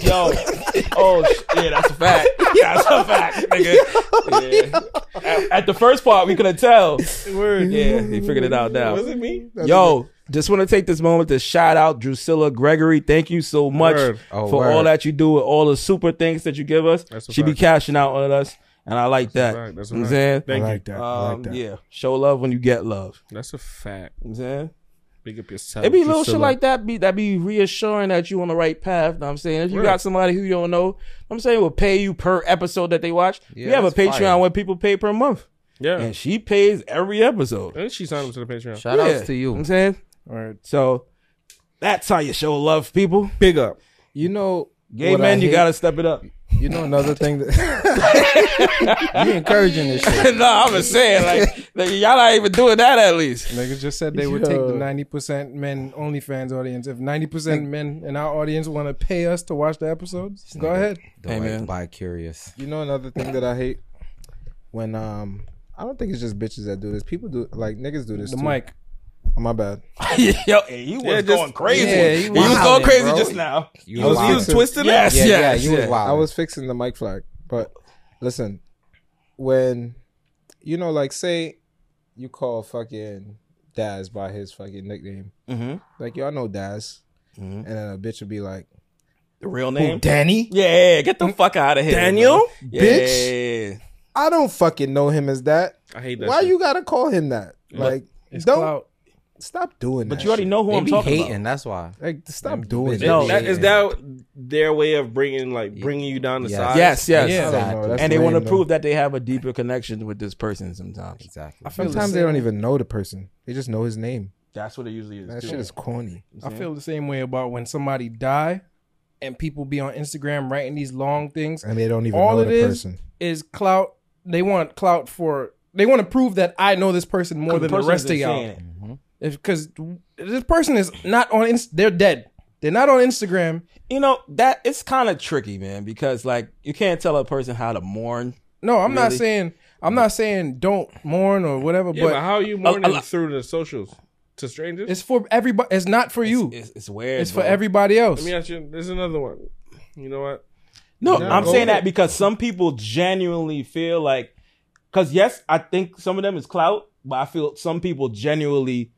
B: Yo, oh sh- yeah, that's a fact. Yeah, that's a fact, nigga. Yeah. At, at the first part, we couldn't tell.
F: Word.
B: Yeah, he figured it out now.
F: Was it me?
B: Yo, just want to take this moment to shout out Drusilla Gregory. Thank you so much
F: Word.
C: Oh,
B: for
C: word.
B: all that you do and all the super things that you give us.
F: That's a
B: She be
F: fact.
B: cashing out on us, and I like
F: That's a
B: that.
F: fact. That's a
B: You know what I'm
F: fact.
B: saying?
F: Thank you.
E: that.
B: Um, Yeah, show love when you get love.
F: That's a fact.
B: You know what I'm saying
F: Big up yourself.
B: it be little shit like that be that be reassuring that you on the right path. Know what I'm saying if you
F: Right.
B: got somebody who you don't know, I'm saying will pay you per episode that they watch. we have a
C: that's
B: Patreon
C: fire.
B: where people pay per month,
F: Yeah.
B: and she pays every episode.
F: And she signed up to the Patreon.
C: Shout outs
B: Yeah.
C: to
B: know what I'm
C: you.
B: saying
D: Word.
B: so. That's how you show love, people.
F: Big up.
E: You know,
B: Gay
E: what I
B: men, you
E: hate-
B: gotta step it up.
E: You know another thing that
C: You encouraging this shit.
B: no, I'm just saying, like, like, y'all not even doing that at least.
D: Niggas just said they would take the
E: Yo.
D: ninety percent men OnlyFans audience. If ninety percent men in our audience want to pay us to watch the episodes, go ahead.
C: Don't
B: man.
C: like bi curious.
E: you know another thing that I hate when um I don't think it's just bitches that do this. People do like niggas do this.
D: The
E: too.
D: mic.
E: Oh, my bad.
B: Yo, and you was
F: Yeah, just-
B: going crazy.
C: yeah,
B: he,
C: you
B: was going
C: wildin',
B: crazy
C: bro.
B: just now.
C: You
F: You was, you
C: wild.
F: was twisted
B: Yes,
F: up?
C: yeah, yeah,
B: yes,
C: you
B: yeah.
C: was wild.
E: I was fixing the mic flag, but listen, when you know, like, say you call fucking Daz by his fucking nickname,
B: Mm-hmm.
E: like, y'all know Daz, and then a bitch would be like,
B: The real name?
E: Danny,
B: yeah, get the fuck out of here.
F: Daniel?
B: bro. Yeah,
E: Bitch.
B: yeah,
E: I don't fucking know him as that.
F: I hate that
E: Why
F: shit.
E: you gotta call him that? Like,
D: It's
E: don't
D: clout.
E: stop doing that.
B: But you already know who
C: They
B: I'm
C: be
B: talking
C: hating.
B: about.
C: That's why.
E: like, stop doing
C: They
E: that.
B: No.
F: That-
C: Yeah.
F: is that their way of bringing like bringing you down to
C: Yes.
F: size?
B: Yes, yes.
D: Yeah.
E: I don't know. That's
B: and they want to
E: lame, though.
B: prove that they have a deeper connection with this person sometimes.
C: Exactly.
D: feel
E: Sometimes they don't even know the person; they just know his name.
B: That's what it usually is.
E: That
B: too.
E: shit is corny.
D: I feel the same way about when somebody die, and people be on Instagram writing these long things.
E: And they don't even
D: All
E: know
D: it
E: the
D: is-
E: person.
D: is clout. They want clout for. They want to prove that I know this person more than the,
B: person
D: rest of
B: isn't saying
D: y'all.
B: it.
D: Because this person is not on. Inst- they're dead. They're not on Instagram.
B: You know, that it's kind of tricky, man, because, like, you can't tell a person how to mourn.
D: No, I'm not
B: Really?
D: saying.
E: Mm.
D: I'm not saying don't mourn or whatever.
F: Yeah,
D: but
F: but, how are you mourning
B: lot-
F: through the socials to strangers?
D: it's for everybody. It's not for you. It's,
B: It's, it's weird.
D: for
B: bro.
D: everybody else.
F: Let me ask you. There's another one. You know what?
B: No,
F: No,
B: I'm
F: go
B: saying
F: for
B: that
F: it.
B: because some people genuinely feel like, because yes, I think some of them is clout, but I feel some people genuinely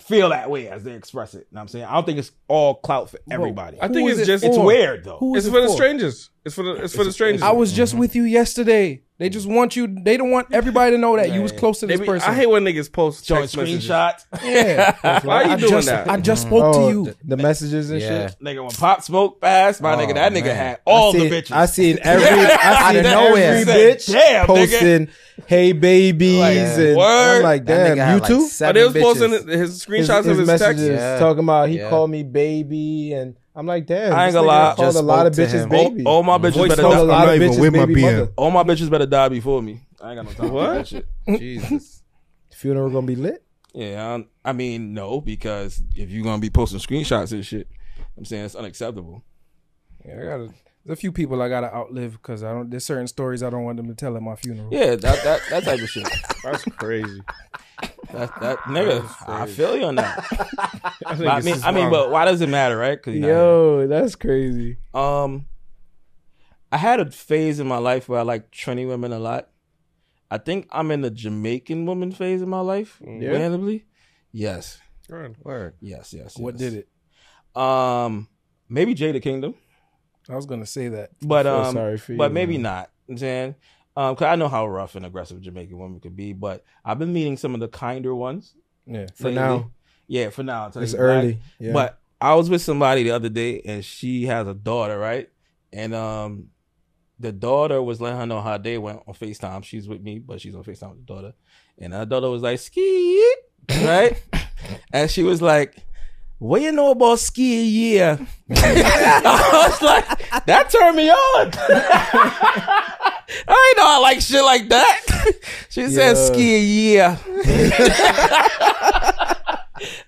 B: feel that way as they express it. You know what I'm saying I don't think it's all clout for everybody.
F: I think
D: is
F: it's
D: it
F: just
B: it's
D: for?
B: weird though.
D: Who
F: It's
D: is
F: for
D: it
F: the strangers. It's It's for the it's, for the strangers.
D: I was
E: Mm-hmm.
D: just with you yesterday. They just want you. They don't want everybody to know that you was close to
F: They
D: this
F: be-
D: person.
F: I hate when niggas post
B: Showing
F: text messages.
B: screenshots.
D: Yeah.
F: Why are you
D: I
F: doing
D: just,
F: that?
D: I just spoke
E: Oh,
D: to you.
E: th- The messages and
C: Yeah.
E: shit.
B: Nigga, when Pop Smoke passed, my
C: Oh,
B: nigga, that nigga
C: man.
B: had all the
E: I seen,
B: bitches.
E: I seen every, I
C: Out
E: seen
C: of
E: every
C: nowhere.
E: bitch
B: Damn, nigga.
E: posting, "Hey babies,"
B: Like,
E: and
B: word.
E: I'm like,
C: That
E: "Damn,
C: nigga had
E: you
C: like
E: too."
F: Are
C: seven
F: they was posting
C: bitches.
F: his screenshots of his text?
E: messages
C: Yeah.
E: talking about he
C: Yeah.
E: called me baby, and I'm like, "Damn,
B: I ain't
E: this
B: gonna
E: nigga
B: lie.
E: Called
C: Just
E: a lot of
C: spoke to
E: bitches
C: him.
E: baby.
B: all, all my bitches
F: Voice
B: better
E: Called
B: die.
E: a
G: I'm
E: lot
G: not
E: of
G: even
E: bitches
G: with my
E: baby
G: BM.
E: mother.
B: All my bitches better die before me. I ain't got no time for that
F: What?
B: shit.
C: Jesus.
E: Funeral gonna be lit.
B: Yeah, I'm- I, mean, no, because if you're gonna be posting screenshots and shit, I'm saying it's unacceptable.
D: Yeah, I gotta. There's a few people I gotta outlive because I don't. There's certain stories I don't want them to tell at my funeral.
B: Yeah, that that, that type of shit.
F: That's crazy.
B: That, that nigga, I feel you on that.
F: I, think
B: But I
F: it's
B: mean,
F: just
B: I mean,
F: wild.
B: but why does it matter, right? 'Cause you're not here.
E: Yo, that's crazy.
B: Um, I had a phase in my life where I liked trendy women a lot. I think I'm in the Jamaican woman phase in my life,
F: Yeah.
B: randomly. Yes,
C: Word.
B: yes, yes.
D: What
B: yes.
D: did it?
B: Um, maybe Jada Kingdom,
D: I was gonna say that.
B: but
E: feel
B: um,
E: sorry for you,
B: but maybe not. You know what I'm saying, um, 'cause I know how rough and aggressive Jamaican women could be, but I've been meeting some of the kinder ones
D: Yeah.
E: For
B: lately.
E: now,
B: Yeah, for now. until
E: it's
B: they black.
E: early. Yeah.
B: But I was with somebody the other day, and she has a daughter, right? And um, the daughter was letting her know how they went on Facetime. She's with me, but she's on Facetime with the daughter, and her daughter was like ski, right? and she was like. What you know about ski year? I was like, that turned me on. I ain't know I like shit like that. She said
E: Yeah.
B: ski a year.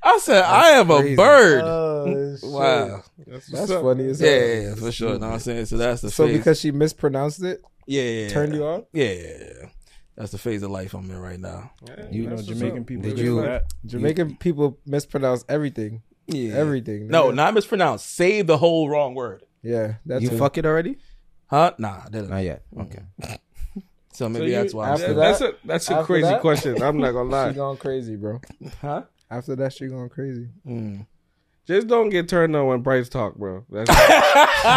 B: I said, I am a
C: crazy.
B: bird.
E: Oh, shit.
B: Wow.
E: that's funny as
B: Yeah,
E: hell.
B: yeah, yeah, for sure. Know what I'm saying? So that's the
E: So
B: phase.
E: because she mispronounced it,
B: yeah, yeah, yeah.
E: turned you on.
B: Yeah, yeah, yeah. That's the phase of life I'm in right now.
D: You know, Jamaican people.
C: Did
D: do
C: you-
D: that.
E: Jamaican people mispronounce everything.
B: Yeah.
E: Everything.
B: No,
E: nigga.
B: not mispronounced. Say the whole wrong word.
E: Yeah, that's
C: you
E: it.
C: fuck it already?
B: Huh? Nah, I didn't.
C: Not yet.
B: Mm.
C: Okay.
B: So
F: So
B: maybe
F: you-
B: that's why I'm
E: after
B: still.
E: that-
F: that's a that's a
E: after
F: crazy
E: that-
F: question. I'm not gonna
E: She
F: lie.
E: gone crazy, bro.
B: Huh?
E: After that, she gone crazy.
B: Mm.
F: Just don't get turned on when Bryce talk, bro. That's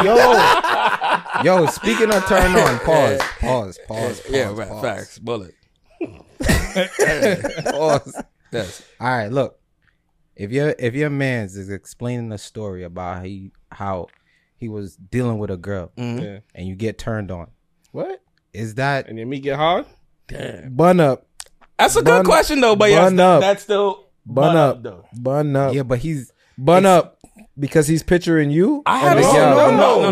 C: Yo. Yo, speaking of turn on, pause, pause, pause, pause.
B: Yeah, right.
C: pause,
B: Facts. Bullet.
C: Pause.
B: That's
C: All right, look. If your if your man's is explaining a story about how he how he was dealing with a girl
B: Mhm.
F: Yeah.
C: and you get turned on,
E: What?
C: is that
F: and then me get hard.
E: Bun up,
B: That's a good
E: Bun-
B: question though, but yes,
E: bun up.
B: that's still
E: Bun up.
B: though.
E: bun up,
C: yeah? But he's
E: bun up, because he's picturing you.
B: I
E: and
B: had
E: the
B: a-
E: girl.
B: no, no,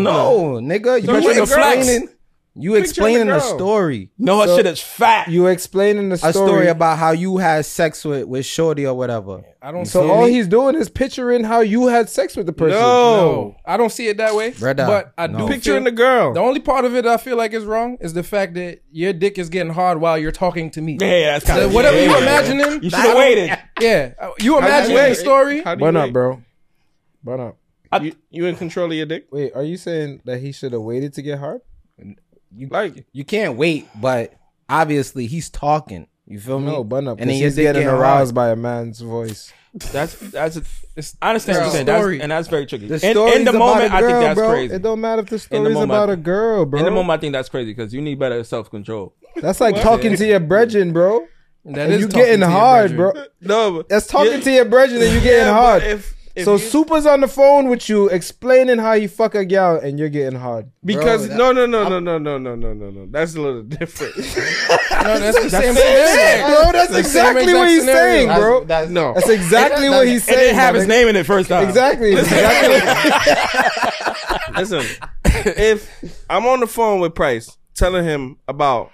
B: no,
C: no, nigga. You
B: Picture the flex.
C: explaining you
F: Picture
C: explaining
F: the
C: the
F: girl.
C: story,
B: No, her
E: So-
B: shit is fat.
E: You explaining the story.
C: a story about how you had sex with with Shorty or whatever.
D: I don't.
E: so
D: see
E: all
D: it.
E: he's doing is picturing how you had sex with the person.
D: No, I don't see it that way.
C: Brother,
D: but I
C: no.
D: do
F: Picturing
D: feel-
F: the girl.
D: The only part of it I feel like is wrong is the fact that your dick is getting hard while you're talking to me.
B: Yeah, yeah, that's kind
D: So
B: of
D: whatever
B: yeah,
D: you
B: yeah,
D: imagining,
B: You should have waited.
D: Yeah, you imagine
F: wait?
D: the story.
F: How do you
E: Bun up,
F: wait?
E: bro. Bun up.
F: You, you in control of your dick?
E: Wait, are you saying that he should have waited to get hard?
F: Like
C: You can't wait, but obviously he's talking. You feel me?
B: Mm-hmm.
E: No, bun up.
C: And then your
E: he's
C: dick
E: getting
C: getting
E: aroused by a man's voice.
B: That's that's. A, I understand what
D: Bro.
B: you're saying, that's,
D: Story.
B: and that's very tricky.
C: The
B: in,
C: story's
B: in the
C: about
B: moment,
C: a
B: I think
C: girl,
B: that's
C: bro.
B: crazy.
E: It don't matter if the
B: In the
E: story's
B: moment.
E: about a girl, bro.
B: In the moment, I think that's crazy because you need better self control.
E: That's like talking to your brethren, bro.
D: That
E: And
D: is
E: you
D: talking
E: getting
D: to your
E: hard,
D: brethren.
E: bro.
F: no, but-
E: That's talking
F: Yeah.
E: to your brethren and you getting
F: Yeah, but
E: hard.
F: If, if
E: so
F: you-
E: Super's on the phone with you explaining how he fuck a gal and you're getting hard.
F: because
C: that-
F: no, no, no, no, no, no, no, no, no, no. That's a little different.
D: No, that's the same
E: Yeah,
D: thing.
E: bro, that's
D: The same
E: exactly
D: exact
E: what he's
D: scenario.
E: saying, bro.
C: That's,
F: no,
E: That's exactly what he's
B: It
E: saying.
B: didn't have
E: my
B: his
E: nigga.
B: name in it first time.
E: Exactly. exactly.
F: listen. If I'm on the phone with Price, telling him about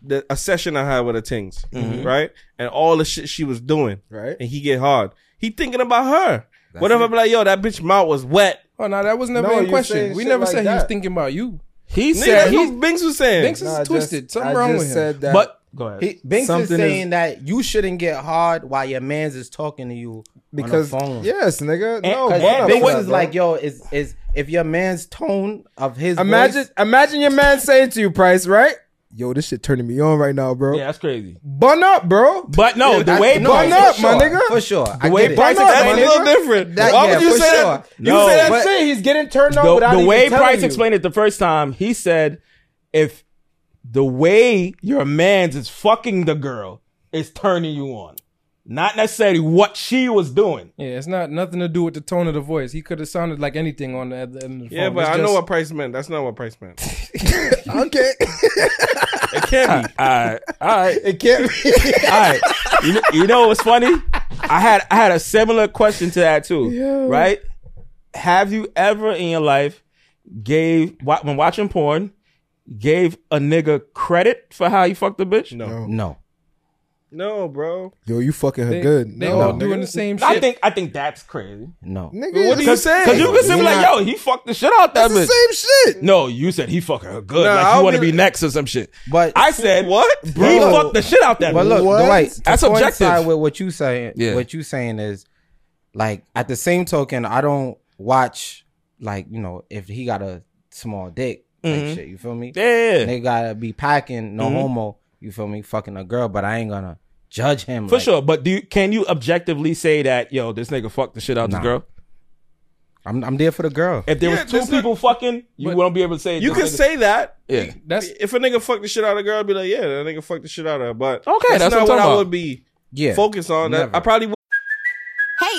F: the a session I had with the Tings, right, and all the shit she was doing,
E: Right.
F: and he get hard. He thinking about her. what if I be like, yo, that bitch mouth was wet.
D: Oh no, that was never
E: No,
D: in
E: you
D: question.
E: saying
D: We
E: shit
D: never
E: like
D: said he was
E: that.
D: thinking about you.
B: He
F: Nigga,
B: said,
F: that's what Binks was saying.
D: Binks is
E: Nah, I just-
D: twisted. Something
E: I
D: wrong
E: just
D: with him.
E: said that.
B: but go ahead.
C: He, Binks is
E: Something is-
C: saying that you shouldn't get hard while your man's is talking to you
E: because
C: on the phone.
E: yes, nigga. No,
C: Because
E: bun up
C: Binks
E: for that,
C: is
E: bro.
C: like, yo, is is if your man's tone of his
E: Imagine,
C: voice,
E: imagine your man saying to you, Price, right? yo, this shit turning me on right now, bro.
B: Yeah, that's crazy.
E: Bun up, bro.
B: But no, the
C: I-
B: way
C: no,
E: Bun
C: for
E: up, my
C: sure,
E: nigga.
C: For sure. I
B: The way
C: get it.
E: Bun up,
F: That's
E: my
F: a little
E: nigga.
F: different.
C: That-
F: Why
C: yeah,
F: would you
C: for
F: say that?
C: sure.
F: You
B: No,
F: say that
E: That's
F: shit.
E: it. He's getting turned on
B: the,
E: without
B: the
E: even
B: way
E: telling
B: Price
E: you.
B: explained it the first time, he said, if the way your man's is fucking the girl is turning you on, not necessarily what she was doing.
D: Yeah, it's not nothing to do with the tone of the voice. He could have sounded like anything on the, at the end of the
F: Yeah,
D: phone.
F: but
D: It's
F: I know
D: just-
F: what Price meant. That's not what Price meant.
E: Okay,
F: It can't be.
B: All right, all right,
E: it can't be.
B: all right. You know, you know what's funny? I had I had a similar question to that too. Right? Have you ever in your life gave wa- when watching porn gave a nigga credit for how you fucked a bitch?
F: No.
C: No.
F: No, bro.
E: Yo, you fucking her
D: They,
E: good.
D: they
E: no,
D: all
E: nigga.
D: doing the same shit.
B: I think I think that's crazy.
C: No.
E: Nigga,
F: What do you say?
B: Cause you can simply like, yo, he fucked the shit out that
E: it's the
B: bitch.
E: same shit.
B: No, you said he fucking her good.
F: Nah,
B: like
F: I'll
B: you want to
F: be-
B: be, next or some shit.
C: But
B: I said what? he
C: Bro.
B: fucked the shit out that
C: But
B: bitch.
C: look,
E: What?
C: Dwight, to
B: That's
C: coincide
B: objective.
C: with what you saying.
B: Yeah.
C: What you saying is, like, at the same token, I don't watch, like, you know, if he got a small dick, like shit. You feel me?
B: Mm-hmm. yeah, Mm-hmm.
C: They gotta be packing, no homo. You feel me? Fucking a girl, but I ain't gonna judge him
B: for
C: like,
B: sure. But do you, can you objectively say that yo, this nigga fucked the shit out this girl?
C: I'm, I'm there for the girl.
B: If there
F: Yeah,
B: was two
F: this nigga-
B: people fucking, you won't be able to say
F: You
B: this
F: can
B: nigga-
F: say that.
B: yeah.
D: that's
F: If a nigga fuck the shit out of a girl, I'd be like, yeah, that nigga fucked the shit out of her. But
B: Okay, that's what I'm
F: not what,
B: talking
F: I
B: about.
F: would be
C: Yeah.
F: focused on. That
C: Never.
F: I probably would.
G: Hey,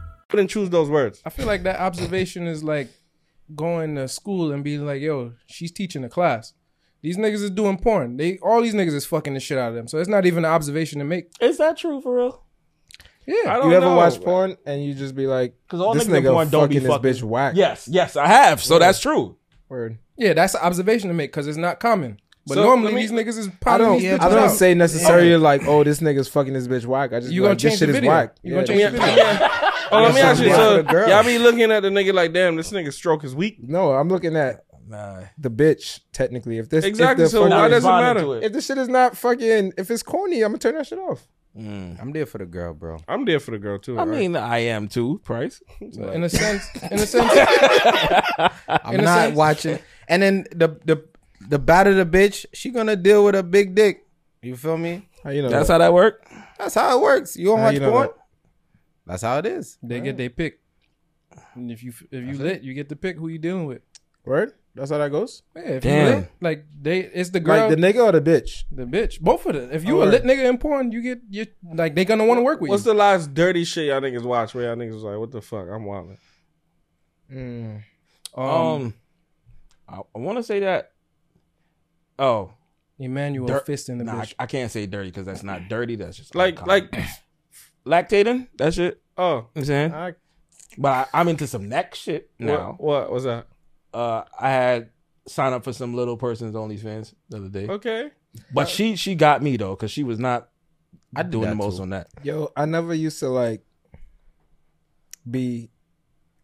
F: Couldn't choose those words.
D: I feel like that observation is like going to school and being like, yo, she's teaching a class. These niggas is doing porn. They all these niggas is fucking the shit out of them. So it's not even an observation to make.
B: Is that true for real?
D: Yeah.
F: I don't
E: You ever
F: know. Oh,
E: watch porn and you just be like,
B: Because all
E: this
B: niggas in
E: nigga
B: porn don't be
E: fucking this
B: fucking.
E: bitch whack.
B: Yes, yes, I have. So that's true.
E: Word.
D: Yeah, that's an observation to make because it's not common. But
F: So,
D: normally
F: let me-
D: these niggas is
E: I
D: potting
E: don't.
D: these bitches
E: I don't
D: out.
E: say necessarily like, oh, this nigga's fucking this bitch whack. I just
D: You
E: be
D: gonna
E: like,
D: change
E: this
D: the
E: shit is
D: video.
E: whack.
D: You
E: Yeah,
D: gonna change the
E: this-
D: video.
F: Oh, let me ask you.
E: Yeah,
F: So,
E: for the girl.
F: y'all be looking at the nigga like, damn, this nigga stroke is weak.
E: No, I'm looking at
B: Nah.
E: the bitch. Technically, if this
F: Exactly.
E: If the
F: So
E: fucking-
F: why does it
B: responding
F: matter?
B: to it.
E: if the shit is not fucking, if it's corny, I'm gonna turn that shit off.
C: I'm there for the girl, bro.
F: I'm there for the girl too.
B: I mean, I am too, Price.
D: In a sense, in a sense,
C: I'm not
D: sense.
C: watching. And then the the the batter the bitch, she gonna deal with a big dick. You feel me?
E: How You know,
B: That's
E: that?
B: how that work.
C: That's how it works. You don't
E: How
C: watch
E: you know
C: porn.
E: that?
C: That's how it is.
D: they get their pick. And if you if you lit, you get to pick who you dealing with.
E: word. That's how that goes.
D: Yeah, if
B: Damn.
D: you lit, like they it's the girl
E: Like the nigga or the bitch.
D: the bitch. Both of them. If you a lit
E: Alright.
D: nigga in porn, you get you like they gonna want to work with
F: What's
D: you.
F: the last dirty shit y'all niggas watch where y'all niggas was like, what the fuck? I'm wilding.
B: Um, I, I want to say that. Oh,
D: Emmanuel
B: Dirt-
D: fist in the
B: nah, I,
D: bitch.
B: I can't say dirty because that's not dirty. That's just
F: Like,
B: uncommon.
F: like,
B: lactating. That shit.
F: oh,
B: You know what I'm saying,
E: I,
B: but I, I'm into some neck shit now.
F: what, what was that?
B: Uh, I had signed up for some little person's OnlyFans the other day,
F: Okay.
B: but she she got me though because she was not
C: I do
B: doing
C: that
B: the most
C: too.
B: on that.
E: yo, I never used to like be.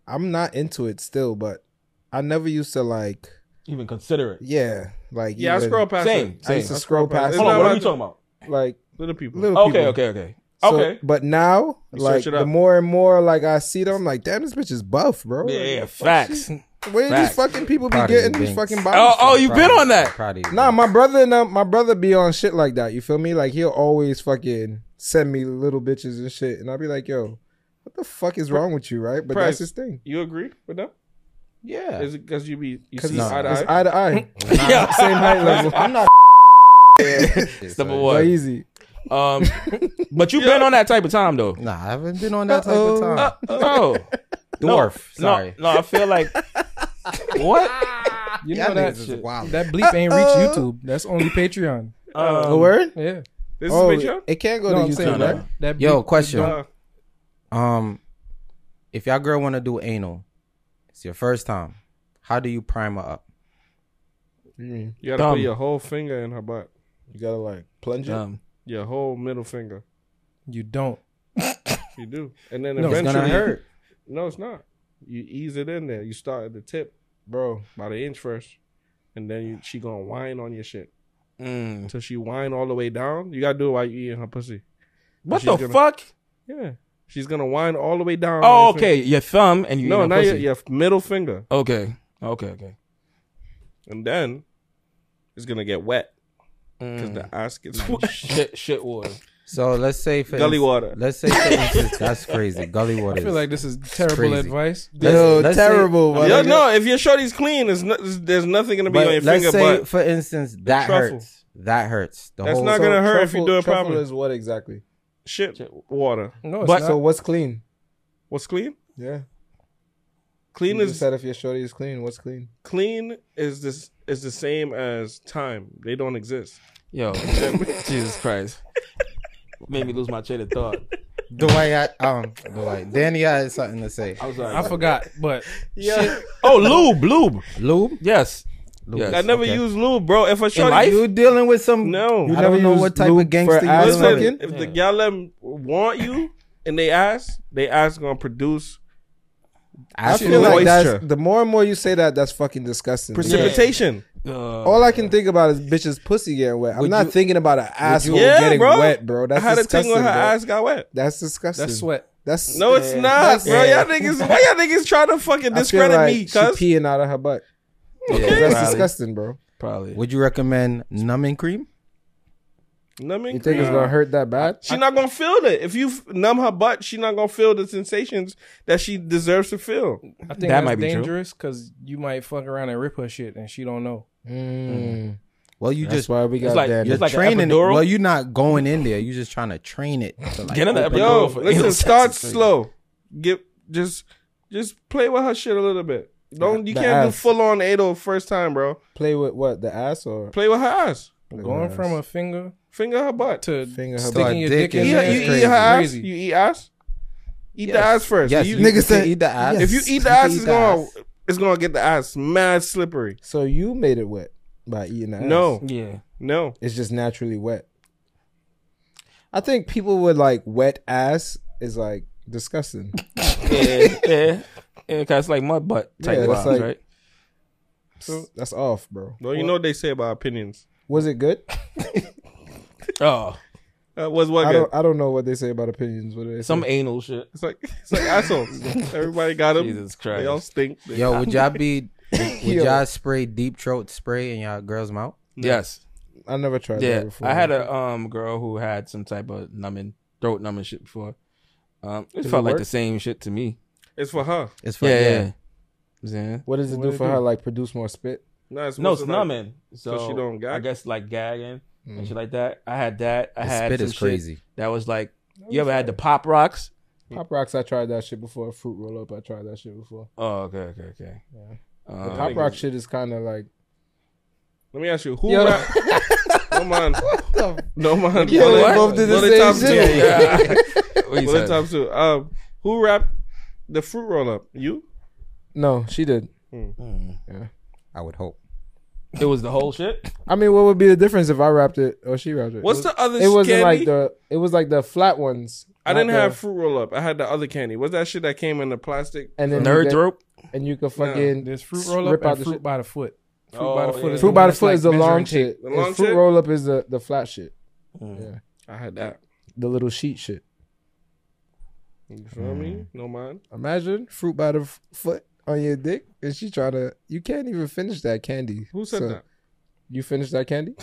E: I'm not into it still, but I never used to like.
B: Even consider it.
E: Yeah, like
F: Yeah, I
E: even-
F: scroll past
B: Same,
F: it.
E: I
B: same.
E: used to scroll past.
F: It's
B: Hold
F: not
B: on, what
F: about
B: are we talking about?
E: like
F: Little people.
E: little
B: Okay,
E: people.
B: okay, okay,
E: So-
B: okay.
E: But now,
F: You
E: like
F: search it
E: the
F: up.
E: more and more, like I see them, I'm like, damn, this bitch is buff, bro.
B: Yeah, yeah,
E: Like,
B: facts.
E: Where
B: Facts.
E: these fucking people be
C: Proud of
E: getting
C: you,
E: these
C: Binks.
E: fucking
B: Oh,
E: bodies?
B: oh, you been on that?
C: Proud of
F: oh.
C: you.
E: Nah, my brother and uh, my brother be on shit like that. You feel me? Like he'll always fucking send me little bitches and shit, and I'll be like, yo, what the fuck is wrong with you, right? But
F: Price.
E: that's his thing.
F: You agree with that?
C: yeah.
F: Is it because you be you
E: Cause
F: see
E: it's,
F: eye to
E: it's
F: eye?
E: eye to eye,
B: Yeah,
E: same height level. I'm not
B: number
E: so
B: one.
E: easy.
B: Um, but you've been on that type of time though.
C: Nah, I haven't been on that type
E: Uh-oh.
C: of time.
B: Oh,
C: Dwarf.
B: No,
C: sorry.
B: no, I feel like what?
D: You
C: Y'all
D: know that
C: niggas is
D: shit.
C: wild.
D: That bleep ain't reach YouTube. That's only Patreon.
E: The
B: Um, Oh,
E: word?
D: Yeah.
F: This
E: Oh,
F: is Patreon?
E: it can't go
D: No,
E: to
D: I'm saying
E: YouTube,
D: that-
E: right?
D: that
C: Yo,
D: bleep-
C: question.
F: Uh,
C: Um, if y'all girl want to do anal, it's your first time. How do you prime her up?
F: you gotta
B: Dumb.
F: put your whole finger in her butt.
E: You gotta like plunge it.
B: Um,
F: Your whole middle finger.
D: You don't.
F: You do. And then
D: No, it's
F: eventually.
D: gonna hurt.
F: No, it's not. You ease it in there. You start at the tip, bro, by the inch first. And then you, she gonna whine on your shit.
B: mm.
F: Until she whine all the way down. You gotta do it while you eating her pussy.
B: What
F: She's
B: the
F: gonna-
B: fuck?
F: Yeah. She's gonna whine all the way down.
B: Oh,
F: on your
B: okay. Your thumb and you.
F: finger. No,
B: eating
F: not your,
B: pussy.
F: your middle finger.
B: Okay. Okay. Okay.
F: And then it's gonna get wet. Because the ass gets wet.
B: Shit, shit water.
C: So let's say for
F: Gully
C: ins-
F: water.
C: Let's say for instance, that's crazy. Gully water.
D: I feel
C: is-
D: like this is terrible
C: crazy.
D: advice.
C: let's-
E: Yo,
C: let's say-
E: terrible. my
F: Yeah,
E: nigga.
F: no, if your shorty's clean, there's, no, there's nothing gonna be
C: but
F: on your
C: let's
F: finger
C: say
F: but
C: for instance that
F: truffle.
C: hurts. That hurts. The
F: That's
C: whole
F: not gonna hurt if you
E: truffle-
F: do it
E: truffle
F: properly.
E: Is what exactly?
F: shit water.
D: No, it's
B: But-
D: not.
E: So what's clean?
F: What's clean?
E: Yeah.
F: Clean
E: You just
F: is
E: said if your shorty is clean, what's clean?
F: clean is this is the same as time. They don't exist.
B: Yo, Jesus Christ. Made me lose my chain of thought.
C: Dwight, I, um, Dwight, Danny had something to say.
B: I'm sorry.
D: I forgot, but
F: Yeah,
B: oh, lube, lube.
C: Lube,
B: Yes. Yes.
F: I never
C: Okay.
F: use lube, bro. If a shorty,
B: life?
C: you dealing with some?
F: No. You
C: I
E: never
C: don't know
E: used
C: what type
E: lube
C: of gangster
E: for
C: you
E: ass
C: dealing with.
E: fucking?
F: if the gal let 'em want you and they ask, they ask gonna produce
E: I
C: Absolutely.
E: feel like that's
F: Moisture.
E: the more and more you say that, that's fucking disgusting.
F: precipitation.
B: Uh,
E: All I can think about is bitches pussy getting wet. I'm
C: Would
E: not
C: you-
E: thinking about an asshole
F: Yeah,
E: getting
F: bro.
E: wet, bro. That's
F: I had a thing
E: disgusting.
F: when her
E: bro.
F: ass got wet.
E: That's disgusting.
D: that's sweat.
E: That's
F: No, it's
E: Yeah.
F: not,
E: That's-
F: bro.
E: Yeah.
F: Y'all niggas, why y'all niggas trying to fucking
E: I feel
F: discredit
E: like
F: me?
E: she
F: Cause
E: peeing out of her butt.
B: yeah,
E: That's
B: probably.
E: disgusting, bro.
B: Probably.
C: Would you recommend numbing cream?
F: numbing,
E: You think it's
F: cream.
E: gonna hurt that bad?
F: She not gonna feel it. If you f- numb her butt, she not gonna feel the sensations that she deserves to feel.
D: I think
B: That
D: that's
B: might be true.
D: dangerous because you might fuck around and rip her shit and she don't know.
E: Mm.
C: Well, you
E: That's
C: just
E: why we got
B: like-
E: that.
C: you're
B: It's like an
C: training. it.
B: epidural.
C: Well, you're not going in there. You're just trying to train it. To like,
B: Get in the
C: open-
B: epidural.
F: Yo,
B: for
F: listen,
B: anal sex
F: start
B: is crazy.
F: slow. Get just just play with her shit a little bit. Don't you
E: The
F: can't do
E: ass.
F: full on anal first time, bro.
E: Play with what the ass or
F: Play with her ass.
D: Going from a finger
F: Finger her butt.
D: to
E: Finger her
D: sticking
C: butt.
D: your
C: Dick
D: dick,
F: You
D: in
C: is
F: eat, her-
D: there
F: you
D: is
F: eat
D: crazy.
F: her ass.
D: Crazy.
F: You eat ass. Eat the ass first.
C: Yes,
F: You-
C: you, nigga said eat the ass.
F: if you eat the ass, it's gonna
C: ass.
F: it's gonna get the ass mad slippery.
E: So you made it wet by eating the ass.
F: No,
B: Yeah.
F: no.
E: it's just naturally wet. I think people would like wet ass is like disgusting.
B: Yeah. yeah. Yeah, cause it's like mud butt type
E: Yeah,
B: vibes,
E: that's like-
B: right?
E: That's off, bro.
F: Well, you know what they say about opinions.
E: Was it good?
B: Oh,
F: Uh, was what
E: I
F: good?
E: don't. I don't know what they say about opinions. What do they say?
B: some anal shit.
F: It's like it's like assholes. Everybody got them.
B: Jesus
F: They all
B: Christ.
F: stink. They-
C: Yo, would y'all be? Would
E: Yo.
C: y'all spray deep throat spray in y'all girl's mouth?
B: Yes.
E: I never tried
B: Yeah,
E: that before.
B: I had a um girl who had some type of numbing throat numbing shit before. Um, it
E: Does it
B: felt like
E: work?
B: the same shit to me.
F: It's for her.
C: It's for
B: Yeah,
C: yeah.
B: yeah. yeah. Yeah.
E: What does it
D: What
E: do
D: it
E: for
D: do?
E: her? Like produce more spit?
F: No, it's
B: No,
F: supposed
B: it's
F: to, like,
B: numbing, so,
F: she don't gag?
B: I guess like gagging
E: Mm.
B: and shit like that. I had that. I
C: The
B: had
C: spit
B: some
C: is
B: shit
C: crazy.
B: that was like you ever had the pop rocks?
E: Pop rocks. I tried that shit before. Fruit roll up. I tried that shit before.
B: Oh, okay, okay, okay.
E: Yeah. The
B: Um,
E: pop rock shit is kind of like
F: Let me ask you, who
E: Yo.
F: ra- no man, no man.
E: Yo,
F: Well,
E: they
F: it-
E: both did the
F: well, it
E: same
F: top
E: shit.
F: two.
B: yeah. What you
F: Well,
B: said?
F: it top two. Um, who wrapped the fruit roll up? You?
E: no. She did.
C: I would hope.
B: It was the whole shit.
E: I mean, what would be the difference if I wrapped it or she wrapped it?
F: What's
E: it
F: the other?
E: It wasn't
F: candy?
E: like the. It was like the flat ones.
F: I
E: not
F: didn't
E: the-
F: have fruit roll up. I had the other candy. What's that shit that came in the plastic?
E: And then you
B: Nerd
E: get-
B: rope.
E: And you could fucking
D: There's fruit roll
E: Rip
D: up
E: out
D: and
E: the
D: fruit
E: shit.
D: by the foot. Fruit
B: Oh,
D: by the foot
B: yeah.
D: is
E: fruit
D: the
E: by
D: one
E: the
D: that's
E: foot
D: like
E: is the
D: measuring
E: long
D: tape.
E: shit.
F: The
E: And
F: long
E: fruit
F: shit?
E: roll up is the the flat shit.
F: I had that.
E: The little sheet shit.
F: You feel
B: Mm.
F: me? No man.
E: Imagine fruit by the f- foot on your dick, and she try to. You can't even finish that candy.
F: Who said
E: So,
F: that?
E: You finished that candy?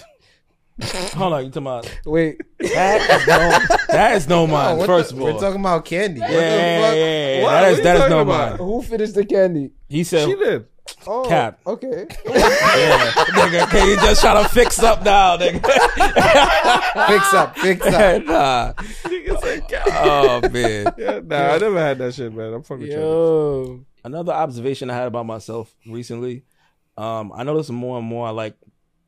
B: Hold on, you talking about
E: Wait,
B: that is no mind.
C: what
B: first
C: the-
B: of all,
C: we're talking about candy.
B: yeah, yeah, yeah, yeah, yeah.
F: What?
B: That
F: What
B: is
F: you
B: that is
F: talking
B: no
F: about?
B: mind.
E: who finished the candy?
B: He said
F: She did.
E: Oh,
B: Cap.
E: Okay.
B: Yeah, nigga, can you just try to fix up now, nigga?
C: Fix up, fix up.
B: nah.
F: Nigga said, "God."
B: Oh man.
F: Yeah, nah, I never had that shit, man. I'm fucking trying.
E: Yo.
B: Another observation I had about myself recently. Um, I noticed more and more I like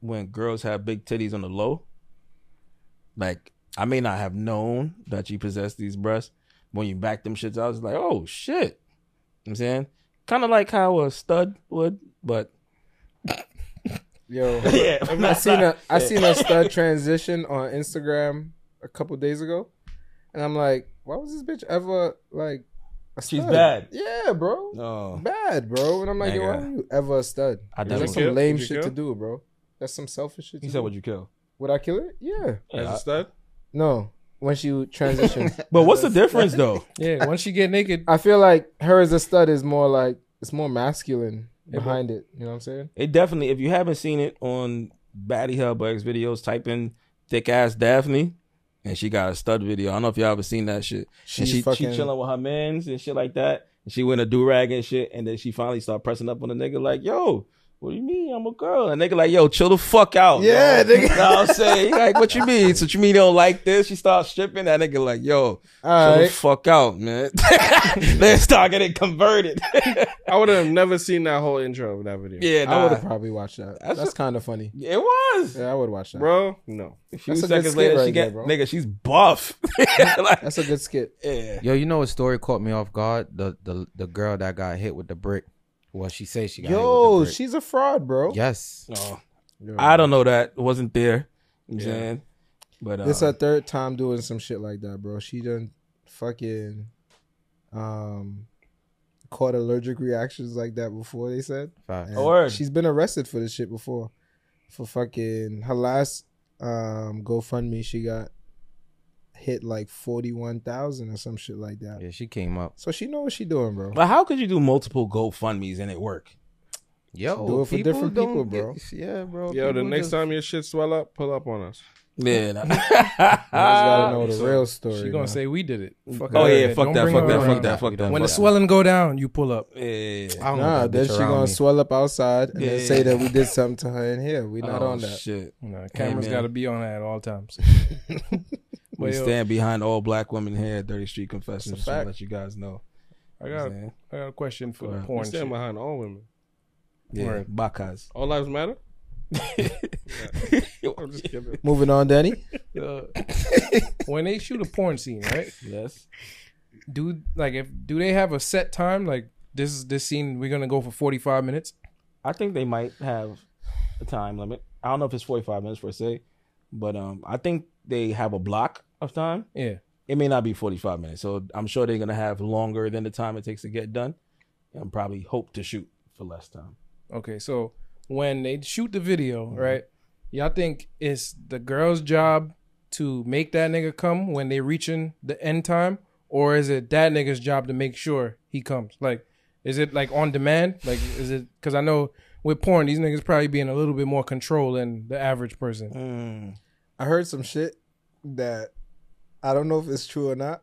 B: when girls have big titties on the low. Like I may not have known that you possess these breasts. When you back them shits out, it's like, oh shit. You know what I'm saying? Kinda like how a stud would, but
E: Yo,
H: Yeah,
E: I seen a I seen a stud transition on Instagram a couple days ago, and I'm like, why was this bitch ever like? A
H: She's
E: stud?
H: bad.
E: Yeah, bro.
H: No.
E: Bad, bro. And I'm like, yo, why
H: Nigga.
E: are you ever a stud?
B: I
E: That's
B: definitely-
E: some
F: Would you
E: lame
F: kill-
E: shit
F: would you
E: to do, bro. That's some selfish shit. To
H: He said,
E: do.
H: "Would you kill?"
E: Would I kill it? Yeah.
F: As a stud?
E: No. When she transitioned,
B: But what's the difference though?
D: Yeah, once you get naked,
E: I feel like her as a stud is more like it's more masculine behind it. You know what I'm saying?
B: It definitely. If you haven't seen it on Batty Hub or X videos, type in thick ass Daphne, and she got a stud video. I don't know if y'all ever seen that shit. and
E: She's
B: she
E: fucking-
B: she chilling with her mans and shit like that. And she went a do rag and shit, and then she finally start pressing up on the nigga like, "Yo, what do you mean I'm a girl?" And nigga like, "Yo, chill the fuck out."
E: Yeah,
B: yo. Know
E: nigga.
B: what I'm saying, He like, what you mean? So you mean you don't like this? She starts stripping. That nigga like, "Yo, chill
E: All
B: the
E: right.
B: fuck out, man." they start getting converted.
F: I would have never seen that whole intro of that video.
B: yeah,
E: I would
B: nah.
E: have probably watched that.
B: That's
E: That's,
B: a-
E: kind of funny.
B: It was.
E: Yeah, I would watch that.
F: Bro, no.
B: few
E: That's a good
B: seconds
E: skit
B: later,
E: right
B: she
E: there,
B: get
E: bro.
B: nigga, she's buff. Like,
E: That's a good skit.
B: yeah.
C: Yo, you know what story caught me off guard? The the the girl that got hit with the brick. Well, she says she got hit
E: Yo,
C: with the brick.
E: she's a fraud, bro.
C: yes.
B: Oh, I don't know that wasn't there. You know what I'm saying? But uh,
E: This her third time doing some shit like that, bro. She done fucking um caught allergic reactions like that before. They said
C: Facts.
E: And
B: Oh, word.
E: she's been arrested for this shit before. For fucking her last um GoFundMe, she got hit like forty one thousand or some shit like that.
C: Yeah, she came up.
E: So she know what she doing, bro.
B: but how could you do multiple GoFundmes and it work?
C: Yo,
E: Do it for different
C: don't
E: people,
C: get-
E: bro.
C: yeah, bro.
F: Yo, the
C: people
F: next
C: just-
F: time your shit swell up, pull up on us.
B: Yeah. nah.
E: You just gotta know the real story.
D: she gonna
E: man.
D: say we did it. Fuck
B: oh
D: out of
B: yeah,
D: it.
B: fuck
D: Don't
B: that,
D: bring
B: fuck
D: her
B: that,
D: around.
B: fuck that, fuck that.
D: When the
B: fuck
D: swelling go down, you pull up.
B: that. Yeah.
C: I don't
E: Nah,
C: want that
E: then
C: bitch
E: she
C: around
E: gonna
C: me.
E: swell up outside and then
B: Yeah.
E: say that we did something to her in here. We not
B: Oh,
E: on that.
B: shit.
D: Nah, cameras
B: Amen.
D: gotta be on her at all times.
B: We
D: But yo,
B: stand behind all black women here at Dirty Street Confessions. Just to
E: fact.
B: let you guys know.
D: I
B: You know what
D: got,
B: I'm saying?
D: I got a question for the
B: Alright.
F: We
D: porn.
F: stand
D: shit.
F: behind all women.
B: Yeah,
D: Word.
B: Bacas.
F: All lives matter? I'm just kidding.
E: Moving on, Danny.
D: when they shoot a porn scene, right?
B: yes.
D: Do like if do they have a set time? Like this is this scene we're gonna go for forty five minutes.
B: I think they might have a time limit. I don't know if it's 45 minutes per se, but um, I think they have a block of time.
D: Yeah.
B: It may not be 45 minutes, so I'm sure they're gonna have longer than the time it takes to get done, and probably hope to shoot for less time.
D: Okay. So when they shoot the video, right? Y'all think it's the girl's job to make that nigga come when they reaching the end time, or is it that nigga's job to make sure he comes? Like, is it like on demand? Like, is it because I know with porn these niggas probably being a little bit more control than the average person.
E: I heard some shit that I don't know if it's true or not,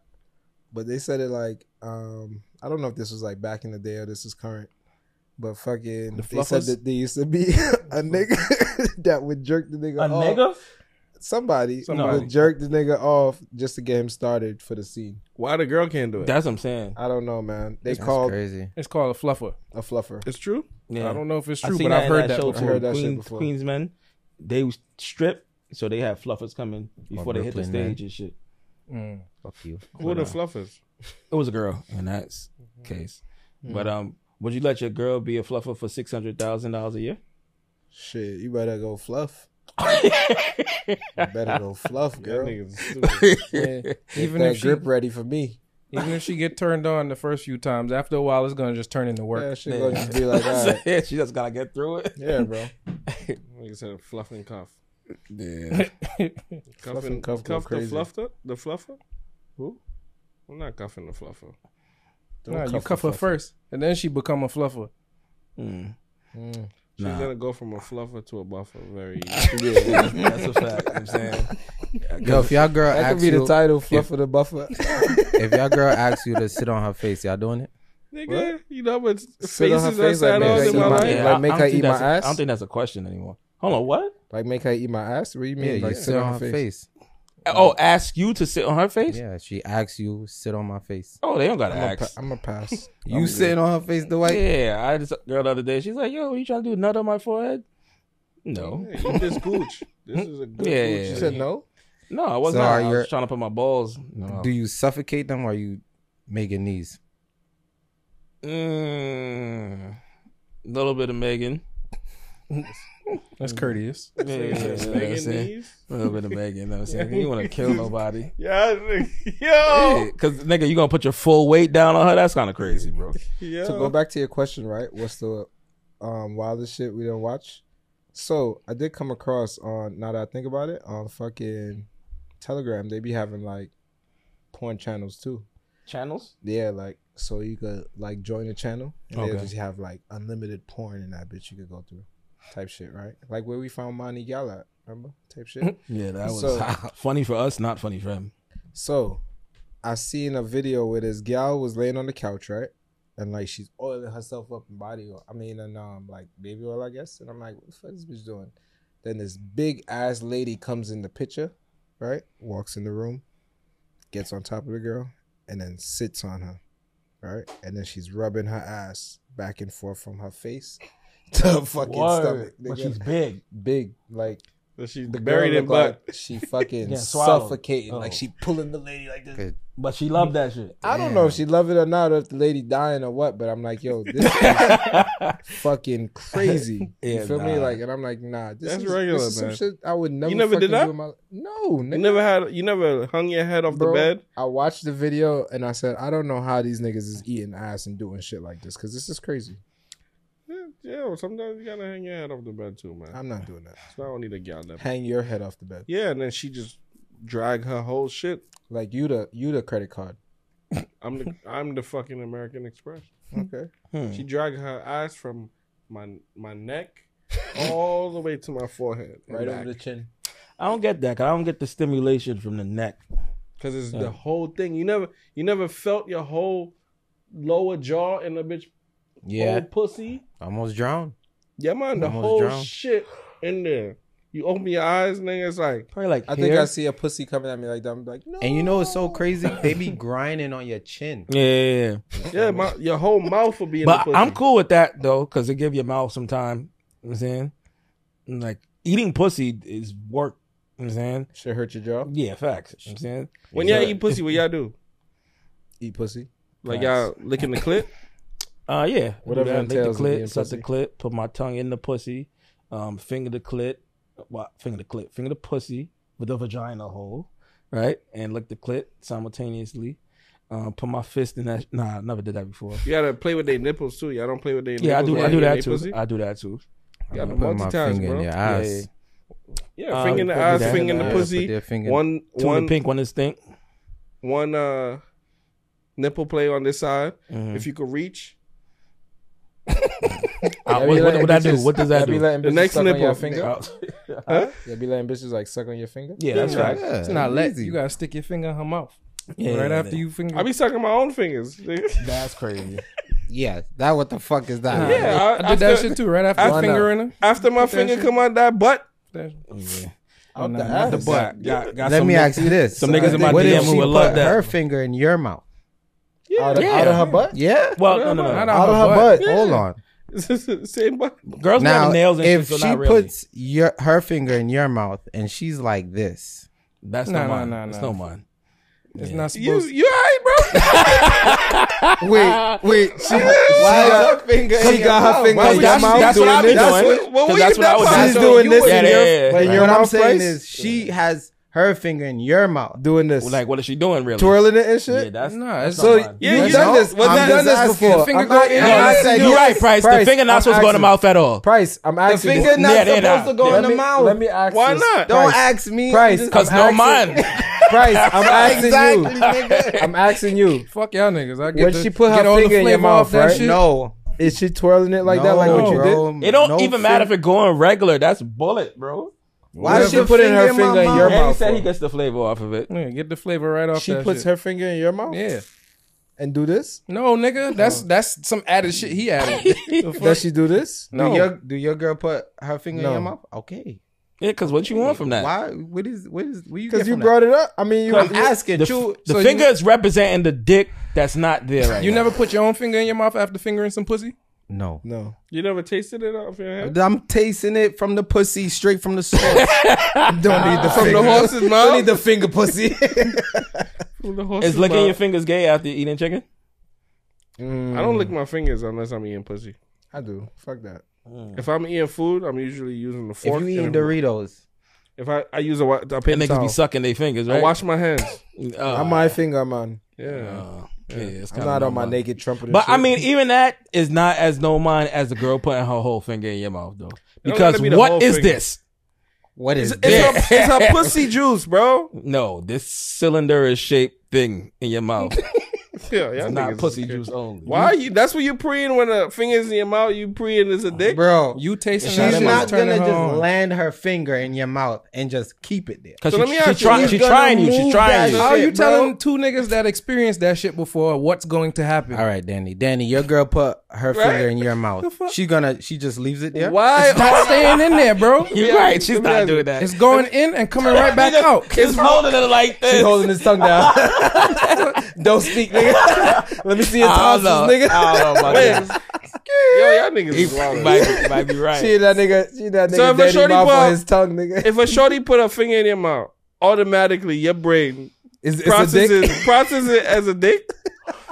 E: but they said it like um I don't know if this was like back in the day or this is current. But fucking, they said
D: fluffers?
E: that there used to be a nigga that would jerk the nigga off. Somebody,
D: Somebody.
E: would jerk the nigga off just to get him started for the scene.
F: Why the girl can't do it?
B: That's what I'm saying.
E: I don't know, man. They
C: That's
E: called
C: crazy.
D: It's called a fluffer.
E: a fluffer.
F: it's true?
B: Yeah.
D: I don't know if it's
B: I
D: true,
B: seen
D: but I've
B: in
D: heard that.
B: show
E: before.
B: too.
E: I heard that shit
B: Queen,
E: before.
B: Queensmen, they strip, so they have fluffers coming before they hit the
C: Brooklyn, man.
B: stage and shit.
D: Mm.
C: Fuck you.
F: Who are the fluffers?
B: It was a girl in that s-
E: Mm-hmm.
B: case, but um, would you let your girl be a fluffer for six hundred thousand dollars a year?
E: Shit, you better go fluff. you better go fluff, girl.
D: Yeah. even
E: that
D: if she,
E: grip ready for me.
D: even if she get turned on the first few times, after a while it's gonna just turn into
E: Yeah,
D: work.
E: she gonna just be like, all right.
B: Yeah, she just gotta get through it.
E: yeah, bro.
F: Nigga said fluff and cuff.
B: Yeah.
F: Cuff,
E: Fluff
F: and,
E: and cuff go
F: cuff the
E: crazy.
F: fluffer? The fluffer?
E: Who?
F: I'm not cuffing the fluffer.
D: Nah, you cuff her first, and then she become a fluffer.
F: She's
B: Nah.
F: gonna go from a fluffer to a buffer very
B: That's a fact. I'm saying.
C: Yo, if y'all girl
E: That could
C: asks
E: be the
C: you,
E: title, Fluff of the Buffer.
C: if y'all girl asks you to sit on her face, y'all doing it?
F: Nigga, you know what
E: Sit on her
F: faces I sat on
E: face like that.
F: in
E: Eat
F: my
E: my-
F: life?
E: Like, make
B: I don't
E: her
B: think
E: eat my
B: that's a- I
E: ass?
B: don't think that's a question anymore. Hold on, what?
E: like make her eat my ass? What do you mean?
C: Yeah, you
E: like
C: sit on her face.
E: Uh-huh.
B: Oh, ask you to sit on her face?
C: Yeah, she asks you, sit on my face.
B: Oh, they don't gotta
E: I'm
B: ask.
E: gonna pass.
C: You sitting on her face, the white?
B: yeah, I had this girl the other day. She's like, "Yo, you trying to do a nut on my forehead?" No,
F: Yeah, eat this gooch. This is a good
B: Yeah,
F: gooch.
B: yeah,
E: She
B: yeah.
E: said no.
B: no, I wasn't.
C: So are
B: I was
C: your-
B: trying to put my balls. No.
C: Do you suffocate them or you making these?
B: Mm, little bit of Megan,
D: That's courteous.
B: Yeah, yeah, yeah, you know what I'm saying? A little bit of begging, you know what I'm saying? You want to kill nobody.
F: Yeah, yo,
B: Because, nigga, you going to put your full weight down on her? That's kind of crazy, bro.
F: yo.
E: So go back to your question, right? What's the um wildest shit we didn't watch? So I did come across on now that I think about it on fucking Telegram. They be having like porn channels too.
B: Channels?
E: Yeah, like so you could like join a channel and they'll
B: Okay.
E: just have like unlimited porn and that bitch you could go through. Type shit, right? Like where we found Monty Gala, at, remember? Type shit.
B: Yeah, that was
E: So-
B: funny for us, not funny for him.
E: So, I seen a video where this gal was laying on the couch, right? And like she's oiling herself up in body oil. I mean, and um, like baby oil, I guess. And I'm like, what the fuck is this bitch doing? Then this big ass lady comes in the picture, right? Walks in the room, gets on top of the girl, and then sits on her, right? And then she's rubbing her ass back and forth from her face to her fucking stomach.
B: But
E: nigga.
B: she's big.
E: big, like
F: So she's
E: the girl
F: buried in
E: look
F: black.
E: like she fucking
B: Yeah, swallowed.
E: suffocating,
B: Oh.
E: like she pulling the lady like this.
B: But she loved that shit.
E: I don't know if she loved it or not, or if the lady dying or what. But I'm like, yo, this is fucking crazy.
B: Yeah,
E: you feel me?
B: nah.
E: Like, and I'm like, nah, this
F: That's
E: is,
F: regular,
E: this is some
F: man.
E: shit I would never.
F: never did
E: fucking
F: that?
E: do in my- No,
F: You
E: nigga.
F: never had, you never hung your head off
E: Bro,
F: the bed.
E: I watched the video and I said, I don't know how these niggas is eating ass and doing shit like this because this is crazy.
F: Yeah, yeah, well, sometimes you gotta hang your head off the bed too, man.
E: I'm not doing that.
F: So I don't need a gal that.
E: Hang your head off the bed.
F: Yeah, and then she just drag her whole shit.
E: Like you the you the credit card.
F: I'm the I'm the fucking American Express.
E: Okay.
F: She dragged her ass from my my neck all the way to my forehead, right over the
B: chin. I don't get that. 'cause I don't get the stimulation from the neck.
F: because it's the whole thing. You never you never felt your whole lower jaw in the bitch
C: Yeah,
F: old pussy.
C: almost drowned.
F: Yeah, man, the
C: Almost
F: whole
C: drowned.
F: shit in there. You open your eyes, nigga. It's like
B: Probably like
E: I
B: hair.
E: think I see a pussy coming at me like that. I'm like, no.
C: And you know what's so crazy? They be grinding on your chin.
B: Yeah, yeah, yeah.
F: yeah, my, your whole mouth will be in the
B: But
F: pussy.
B: I'm cool with that though, because it give your mouth some time. You know what I'm saying, And, like eating pussy is work. You know what I'm saying,
E: Should hurt your jaw.
B: yeah, facts. You know what I'm saying,
F: When y'all
B: So-
F: eat pussy, what y'all do?
E: Eat pussy.
F: Like y'all licking the clit?
B: Uh, yeah.
E: Whatever
B: Do that, lick
E: entails
B: the
E: in being
B: clit, suck the
E: pussy.
B: clit, put my tongue in the pussy, um, finger the clit, well, finger the clit, finger the pussy with the vagina hole, right? And lick the clit simultaneously. Um, put my fist in that. Nah, I never did that before.
F: You gotta play with their nipples too. Y'all don't play with their
B: Yeah, I
F: nipples.
B: do. I
F: when
B: do
F: you eat
B: that
F: they
B: too.
F: pussy?
B: I do that too.
F: Y'all
C: I'm putting my
F: multitask,
C: finger
F: bro.
C: in your ass.
B: Yeah, yeah.
F: Yeah,
B: Um,
F: finger in the
B: put
F: ass,
B: that
F: finger
B: in
F: in the
B: the-
C: put
F: pussy.
C: their finger-
F: One
B: Two in
F: one
B: the pink, one in the stink.
F: one uh nipple play on this side.
B: Mhm.
F: If you could reach
B: Uh,
E: Yeah,
B: what,
E: be
B: what,
E: letting
B: what that do?
E: bitches-
B: What does
E: yeah,
B: that
E: be
B: do?
E: letting
F: The
E: bitches
F: next
E: suck on your
F: nipple.
E: finger.
B: Uh,
E: Yeah, be letting bitches like suck on your finger.
B: yeah, that's right.
C: Yeah,
D: It's not let
C: easy.
D: you gotta stick your finger in her mouth
B: Yeah,
D: right
B: yeah,
D: after
B: yeah.
D: you finger.
F: I be sucking my own fingers. nigga.
B: That's crazy.
C: Yeah, that what the fuck is that?
F: yeah, I,
D: I did
F: after,
D: that shit too. Right after I
E: Why
D: finger in her.
F: After my finger come out that butt,
D: That-
E: Out
D: no,
E: the
D: not the
E: ass.
B: But got, got
C: Let
B: some
C: me
B: nigg-
C: ask you this:
B: some niggas in my
C: What if
B: DM who
C: she
B: would love
C: put
B: that.
C: her finger in your mouth?
E: Out, of,
B: Yeah.
E: out of her butt.
C: Yeah,
B: Well, no, no, no.
D: Not
C: out of her butt. Hold on.
F: same butt.
B: Girls
C: Now,
B: have nails and
C: if
B: shit, so
C: she
B: not really.
C: puts your her finger in your mouth and she's like this,
B: that's
D: Nah,
B: no
D: nah,
B: mine.
D: nah,
B: That's
D: nah.
B: no mine.
D: It's not
F: You
D: supposed.
F: you alright, bro?
C: wait, wait, she,
E: got- She got her finger in your
B: that's-
E: mouth.
B: that's what
E: doing
B: I be
E: this.
B: doing.
F: That's what, what
B: Cause
F: were
B: that's
F: you
B: what I
F: that
B: was
F: part?
B: doing.
C: She's doing
F: You
C: this
F: was-
B: Yeah,
C: in
B: yeah, yeah,
C: your,
B: yeah.
C: but
E: Like,
C: what
E: your
C: I'm
E: mouth
C: saying
E: place?
C: is she has her finger in your mouth.
E: Doing this.
B: Like, what is she doing, really?
E: twirling it and shit.
B: Yeah, that's
D: Nah, it's-
B: that's
E: so
B: not mine.
F: Yeah,
E: you've
F: you
E: done
F: know,
E: this.
F: well,
E: I've
F: that-
E: done
D: that's
E: this
D: good.
E: before.
D: Finger
E: I'm not
D: go in
E: I'm
D: your
E: not
D: ass
E: saying
B: You're
E: you-
B: right, Price. The finger not
E: I'm
B: supposed to go in the
E: asking.
B: mouth at all.
E: Price, I'm asking. you-
C: Finger not
B: Yeah, they're
C: supposed
B: not.
C: to go
E: let
C: in the
E: me,
C: mouth.
E: Let me ask.
F: Why
E: you-
F: not?
C: Don't
E: Price,
C: ask me.
E: Price,
C: I'm
B: Cause no
C: asking-
B: mine.
E: Price, I'm asking
C: Exactly,
E: you.
C: nigga.
E: I'm asking you.
D: Fuck y'all niggas. I get
E: When
D: the,
E: she put her
D: get all the
E: finger in your
D: flavor off
E: mouth,
D: that
E: right?
D: shit.
C: No,
E: Is she twirling it like that? Like what you did?
B: It don't even matter if it's going regular. That's bullet, bro.
C: Why
E: Whatever
C: is she
E: put in
C: putting her
E: her finger
C: finger
E: in
C: in
E: your
C: your
B: And
E: mouth.
C: mouth?
B: he said
E: bro.
B: he gets the flavor off of it.
D: Yeah, get the flavor right off.
E: She
D: that
E: puts
D: shit.
E: her finger in your mouth.
D: Yeah.
E: And do this. Oh.
D: No, nigga. That's that's some added shit he added. The fuck?
E: Does she do this?
D: No.
C: Do your do your girl put her finger
E: No.
C: in your mouth? Okay.
B: Yeah, because what you want from that?
C: Why? What is what is? What you get
E: Because you
C: from
E: brought it up. I mean, you.
C: that? I'm asking
B: The,
C: you.
B: the
D: so you-
B: finger is representing the dick that's not there right
D: You
B: now.
D: never put your own finger in your mouth after fingering some pussy?
C: No.
E: No.
F: You never tasted it off your hand?
C: I'm tasting it from the pussy, straight from the source. don't need the
F: From the horse's
C: Don't
F: mouth.
C: need the finger pussy.
B: Is licking your fingers gay after eating chicken?
F: I don't lick my fingers unless I'm eating pussy.
E: I do. Fuck that.
D: Mm.
F: If I'm eating food, I'm usually using the
C: If
F: fork.
C: you
F: and
C: eating
F: a-
C: Doritos,
F: If I, I use a, wa- a paper
B: That niggas
F: towel.
B: be sucking their fingers,
F: I
B: right?
F: wash my
D: Oh.
F: hands.
B: Uh,
E: I'm my finger, man.
F: Yeah.
B: uh, yeah, it's
E: I'm
B: kinda
E: not on
B: no
E: my
B: mind.
E: naked trumpet. and
B: But I
E: shit.
B: mean, even that is not as no mind as the girl putting her whole finger in your mouth, though.
F: don't gotta
B: Because
F: be the
B: what
F: whole
B: is
F: finger.
B: this?
C: what is
F: It's,
C: this?
F: her, it's her pussy juice, bro.
B: No, this cylinder shaped thing in your mouth.
F: Yeah, yeah.
B: it's not pussy juice only.
F: Why you? That's what you preying when a finger's in your mouth. You preying is a dick.
C: Bro,
D: You tasting
C: she's
D: that
C: not,
D: shit,
C: gonna
D: turning
C: just
D: her on.
C: land her finger in your mouth and just keep it there.
B: Because
F: So let me
B: she,
F: ask
B: she,
F: you,
B: try,
F: who's
B: she
F: gonna
B: trying you. She
F: move
B: trying
F: that
B: you.
D: How are you
F: Shit, bro.
D: telling two niggas that experienced that shit before what's going to happen?
C: All right, Danny. Danny, your girl put her
F: Right?
C: finger in your mouth. She gonna she just leaves it there.
F: Why?
D: Not staying in there, bro.
B: You're
F: Yeah,
B: right. She's
F: let me
B: not
F: ask you.
B: doing that.
D: It's going in and coming right back out.
B: It's holding it like this.
C: holding his tongue down. Don't speak, nigga. Let me see your
B: I don't know.
C: tonsils, nigga.
B: I don't know about
F: Yo,
B: that.
F: y'all niggas is
B: You
F: wild.
B: might, you might be right.
E: she that nigga, she that nigga,
F: So if a
E: daddy
F: shorty
E: mouth
F: pop-
E: on his tongue, nigga.
F: If a shorty put a finger in your mouth, automatically your brain
E: It's, it's a dick.
F: processes processes it as a dick.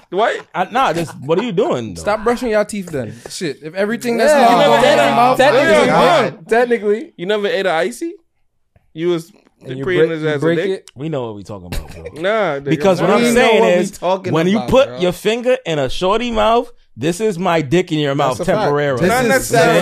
F: Why?
B: I, nah, just what are you doing? though?
D: Stop brushing your teeth then. Shit. If everything that's
E: Yeah,
D: not
E: you never
D: going
E: had
D: in
E: a-
D: your mouth,
E: that
F: Yeah,
E: nigga-
F: yeah.
E: Technically,
F: You never ate a icy? You was
E: and you
F: preying
E: break,
F: it
E: you
F: as a
E: break
F: dick.
E: it.
B: We know what we talking about, bro.
F: Nah, nigga,
B: Because what
F: nah.
B: I'm
C: We know
B: saying
C: what we
B: is,
C: talking
B: when you
C: about,
B: put
C: bro.
B: your finger in a shorty mouth, this is my dick in your mouth
E: a fact.
B: temporarily.
E: This
F: Not
E: is-
F: necessarily.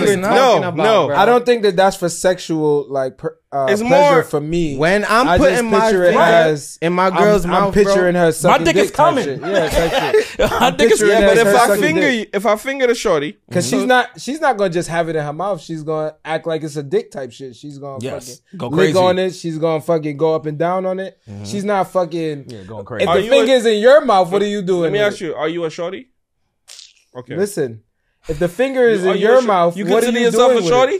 E: this is
F: No, no.
E: I don't think that that's for sexual like per, uh,
F: It's
E: pleasure
F: more-
E: for me.
C: When I'm
E: I just
C: putting my
E: picture
C: finger
E: it as
C: in my girl's
E: I'm,
C: mouth,
E: I'm picturing
C: bro,
E: her. Sucking
B: dick is
E: type
B: coming.
E: shit. Yeah, type shit.
B: I think it's
E: picturing
F: Yeah, but
E: That's
F: if
E: her
F: I
E: sucking
F: finger,
E: dick.
F: you- if I finger the shorty,
E: Cause she's not, she's not gonna just have it in her mouth. She's gonna act like it's a dick type shit. She's gonna
B: Yes.
E: fucking
B: Go
E: lick
B: crazy.
E: on it. She's gonna fucking go up and down on it. She's not fucking.
B: going
E: if
B: crazy.
F: Are
E: the
F: you a-
E: finger's in your mouth, what are you doing?
F: let me
E: with
F: ask
E: it?
F: you: Are you a shorty? Okay.
E: Listen, if the finger is
F: Are
E: in
F: you
E: your
F: a sh-
E: mouth,
F: you
E: what are
F: consider
E: you
F: yourself
E: doing
F: a
E: with it?
F: shorty?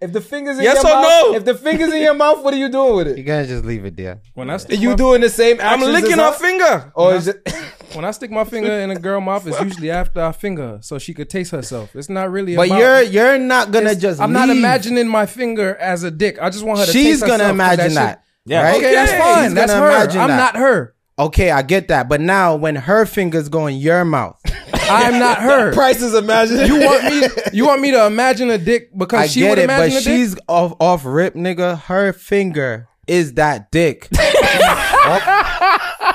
E: If the fingers in
F: Yes
E: your
F: or
E: mouth,
F: no?
E: if the fingers in your mouth, what are you doing with
C: you
E: it?
C: gotta just leave it there.
D: when I stick
E: You
D: my,
E: doing the same
F: I'm
E: actions? Oh,
F: licking
E: as
F: her finger.
E: Or is it?
D: when I stick my finger in a girl mouth, it's usually after I finger her, so she could taste herself. It's not really.
C: But
D: about,
C: you're you're not gonna
D: it's-
C: just.
D: I'm not
C: leave.
D: imagining my finger as a dick. I just want her. to
C: She's
D: taste herself
C: gonna
D: 'cause
C: imagine
D: shit-
C: that.
B: Yeah,
C: right?
D: Okay, that's
F: Okay.
C: She's
D: fine. That's
C: gonna
D: her.
C: imagine
D: I'm
C: that.
D: not her.
C: Okay, I get that. But now when her fingers go in your mouth,
D: I'm not her.
E: Price is imagining.
D: You want me? You want me to imagine a dick because
C: I
D: she
C: get
D: would
C: it. But
D: imagine a dick?
C: she's off off rip, nigga. Her finger is that dick. Oh.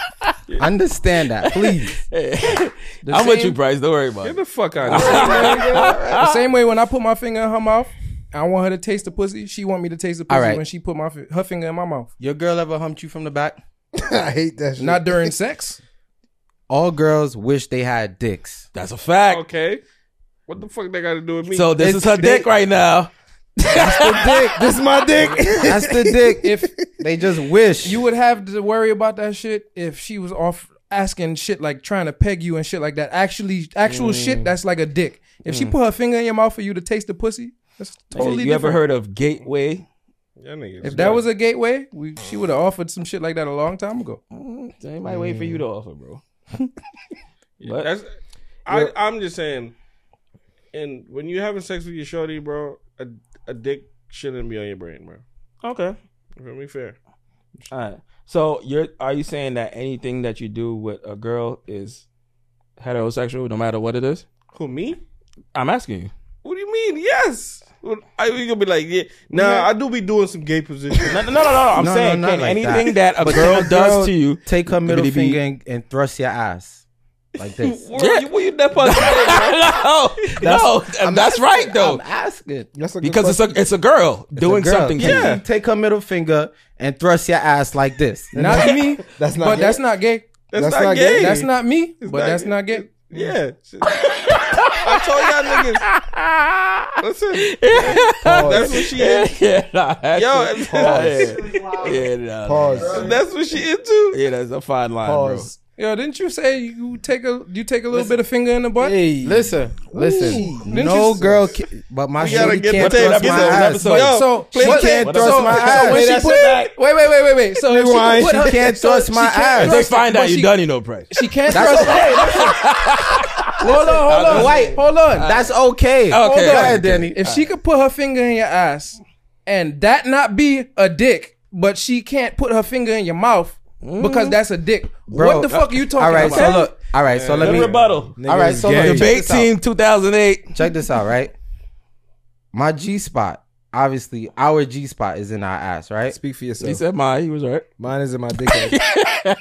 C: Understand that, please.
B: I'm with you,
D: same-
B: Bryce. Don't worry about it.
F: Get the fuck out of here.
D: The same way when I put my finger in her mouth, I want her to taste the pussy. She want me to taste the pussy
C: All right.
D: when she put my fi- her finger in my mouth.
C: Your girl ever humped you from the back?
E: I hate that shit.
D: Not during sex.
C: All girls wish they had dicks.
B: That's a fact.
F: okay. What the fuck they got to do with me?
B: So this is her
C: It's-
B: dick right now.
C: dick. This is my dick. That's the dick. If they just wish
D: You would have to worry about that shit if she was off asking shit like trying to peg you and shit like that. Actually, actual
B: Mm.
D: shit that's like a dick. If
C: Mm.
D: she put her finger in your mouth for you to taste the pussy, that's totally
B: Oh, you ever
D: different.
B: heard of gateway?
F: Y'all niggas
D: if that was a gateway, we, she would have offered some shit like that a long time ago.
B: They might wait for you
C: Mm.
B: to offer, bro. But-
F: That's, I, I'm just saying, and when you having sex with your shorty, bro, a, a dick shouldn't be on your brain, bro.
B: Okay.
F: You feel me? Fair.
B: All right. So you're are you saying that anything that you do with a girl is heterosexual, no matter what it is?
F: Who me?
B: I'm asking you.
F: What do you mean? Yes. What- I you gonna be like, yeah? Nah, I do be doing some gay positions.
B: No, no, no, no. no. I'm
C: No,
B: saying
C: no, not
B: can
C: like
B: anything that, a
C: But
B: girl
C: can a girl
B: does to you.
C: take her middle
B: Bibbidi bee.
C: finger and, and thrust your ass like this.
F: Where you, where you that part?
B: no, no, that's right though,
C: I'm asking.
E: That's a good
B: because it's a it's a girl doing
C: Girl,
B: something.
C: can
B: To
C: you
B: you.
C: take her middle finger and thrust your ass like this.
D: Not me,
E: That's not
D: but
E: gay.
D: that's not gay.
F: That's,
E: That's
F: not,
E: not
F: gay.
E: gay.
D: That's not me, but
F: not
D: that's
F: gay.
D: not gay.
F: Yeah. I told y'all niggas. Listen, that's what she
B: Yeah,
F: is.
B: yeah, nah, that's
F: Yo,
B: yeah, yeah, nah,
E: pause.
F: That's what she into.
B: yeah, that's a fine line,
E: Pause.
D: Yo, didn't you say you take a you take a little bit of finger in the butt?
C: Listen, listen.
D: Didn't
C: no
D: you-
C: girl, can, but my
F: We gotta
C: shorty
F: get
C: can't
F: the tape.
C: thrust my
F: Episode,
C: ass.
B: episode.
F: Yo,
E: Oh,
D: So
F: play
D: she
F: the
D: can't
F: tape.
C: thrust
F: So-
C: my
F: so
C: ass.
F: when
C: Play
F: she
C: that
F: put-
C: shit
D: Wait, wait, wait, wait, wait. So if
C: Rewind.
D: put
C: She
D: her-
C: can't
D: so
C: thrust
D: she
C: my
D: can't
C: ass.
B: bro.
D: thrust-
B: They find
D: but
B: out you
D: she-
B: done, you know, price.
D: She can't thrust. hold on, hold on,
C: Wait,
D: hold on.
C: That's okay. Hold
B: Okay.
C: on, Go ahead, Danny.
D: if she could put her finger in your ass, and that not be a dick, but she can't put her finger in your mouth
C: Mm.
D: because that's a dick. what the fuck are you talking
C: All right,
D: about?
C: uh, so look. All right, so let
B: Good
C: me.
B: rebuttal.
C: All right, so look, check
B: Debate
C: this out.
B: team 2008.
C: Check this out, right? my G spot, obviously, our G spot is in our ass, right?
E: Speak for
B: He
E: yourself.
B: said my. He was right.
E: Mine is in my dick.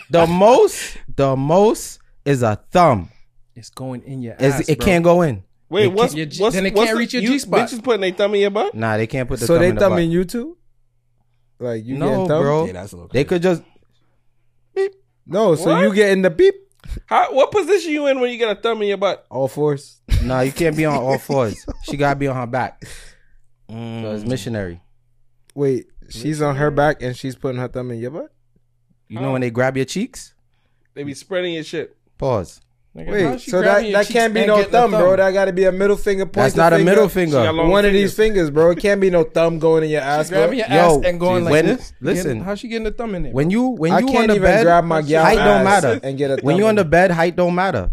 C: The most, the most is a thumb.
D: It's going in your
C: It's-
D: ass.
C: it
D: bro.
C: can't go in.
F: Wait,
D: It
F: what's,
D: can't- your G-
F: what's
D: then it
F: what's
D: can't
F: the-
D: reach your
F: you-
D: G-spot.
F: Bitches putting their thumb in your butt.
C: Nah, they can't put the
E: so
C: thumb
E: they
C: in the butt.
E: thumbing you too? Like you
C: no,
E: getting thumbed?
C: bro.
B: Yeah, that's a little
C: they could just
E: No, so
F: What?
E: you getting the beep?
F: How, what position you in when you get a thumb in your butt?
E: All fours.
C: no. you can't be on all fours. she gotta be on her back.
D: Mm.
C: So it's missionary.
E: Wait, she's on her back and she's putting her thumb in your butt.
C: You
D: Oh.
C: know when they grab your cheeks?
F: They be spreading your shit.
C: Pause.
E: Wait, so that, that can't be no thumb, bro. That got to be a middle finger. Point
C: That's not a middle
F: She
C: finger.
F: got long
E: One of
F: fingers.
E: these fingers, bro. It can't be no thumb going in your ass, bro.
D: grabbing your
C: Yo,
D: ass and going like
C: when-
D: this.
C: listen.
D: Getting- how's she getting the thumb in there?
C: When you when
E: I
C: you on
E: can't
C: the
E: even
C: bed,
E: grab my gal
C: height don't
E: ass
C: matter.
E: and get a
C: when
E: thumb
C: you on
E: in
C: the bed, height don't matter.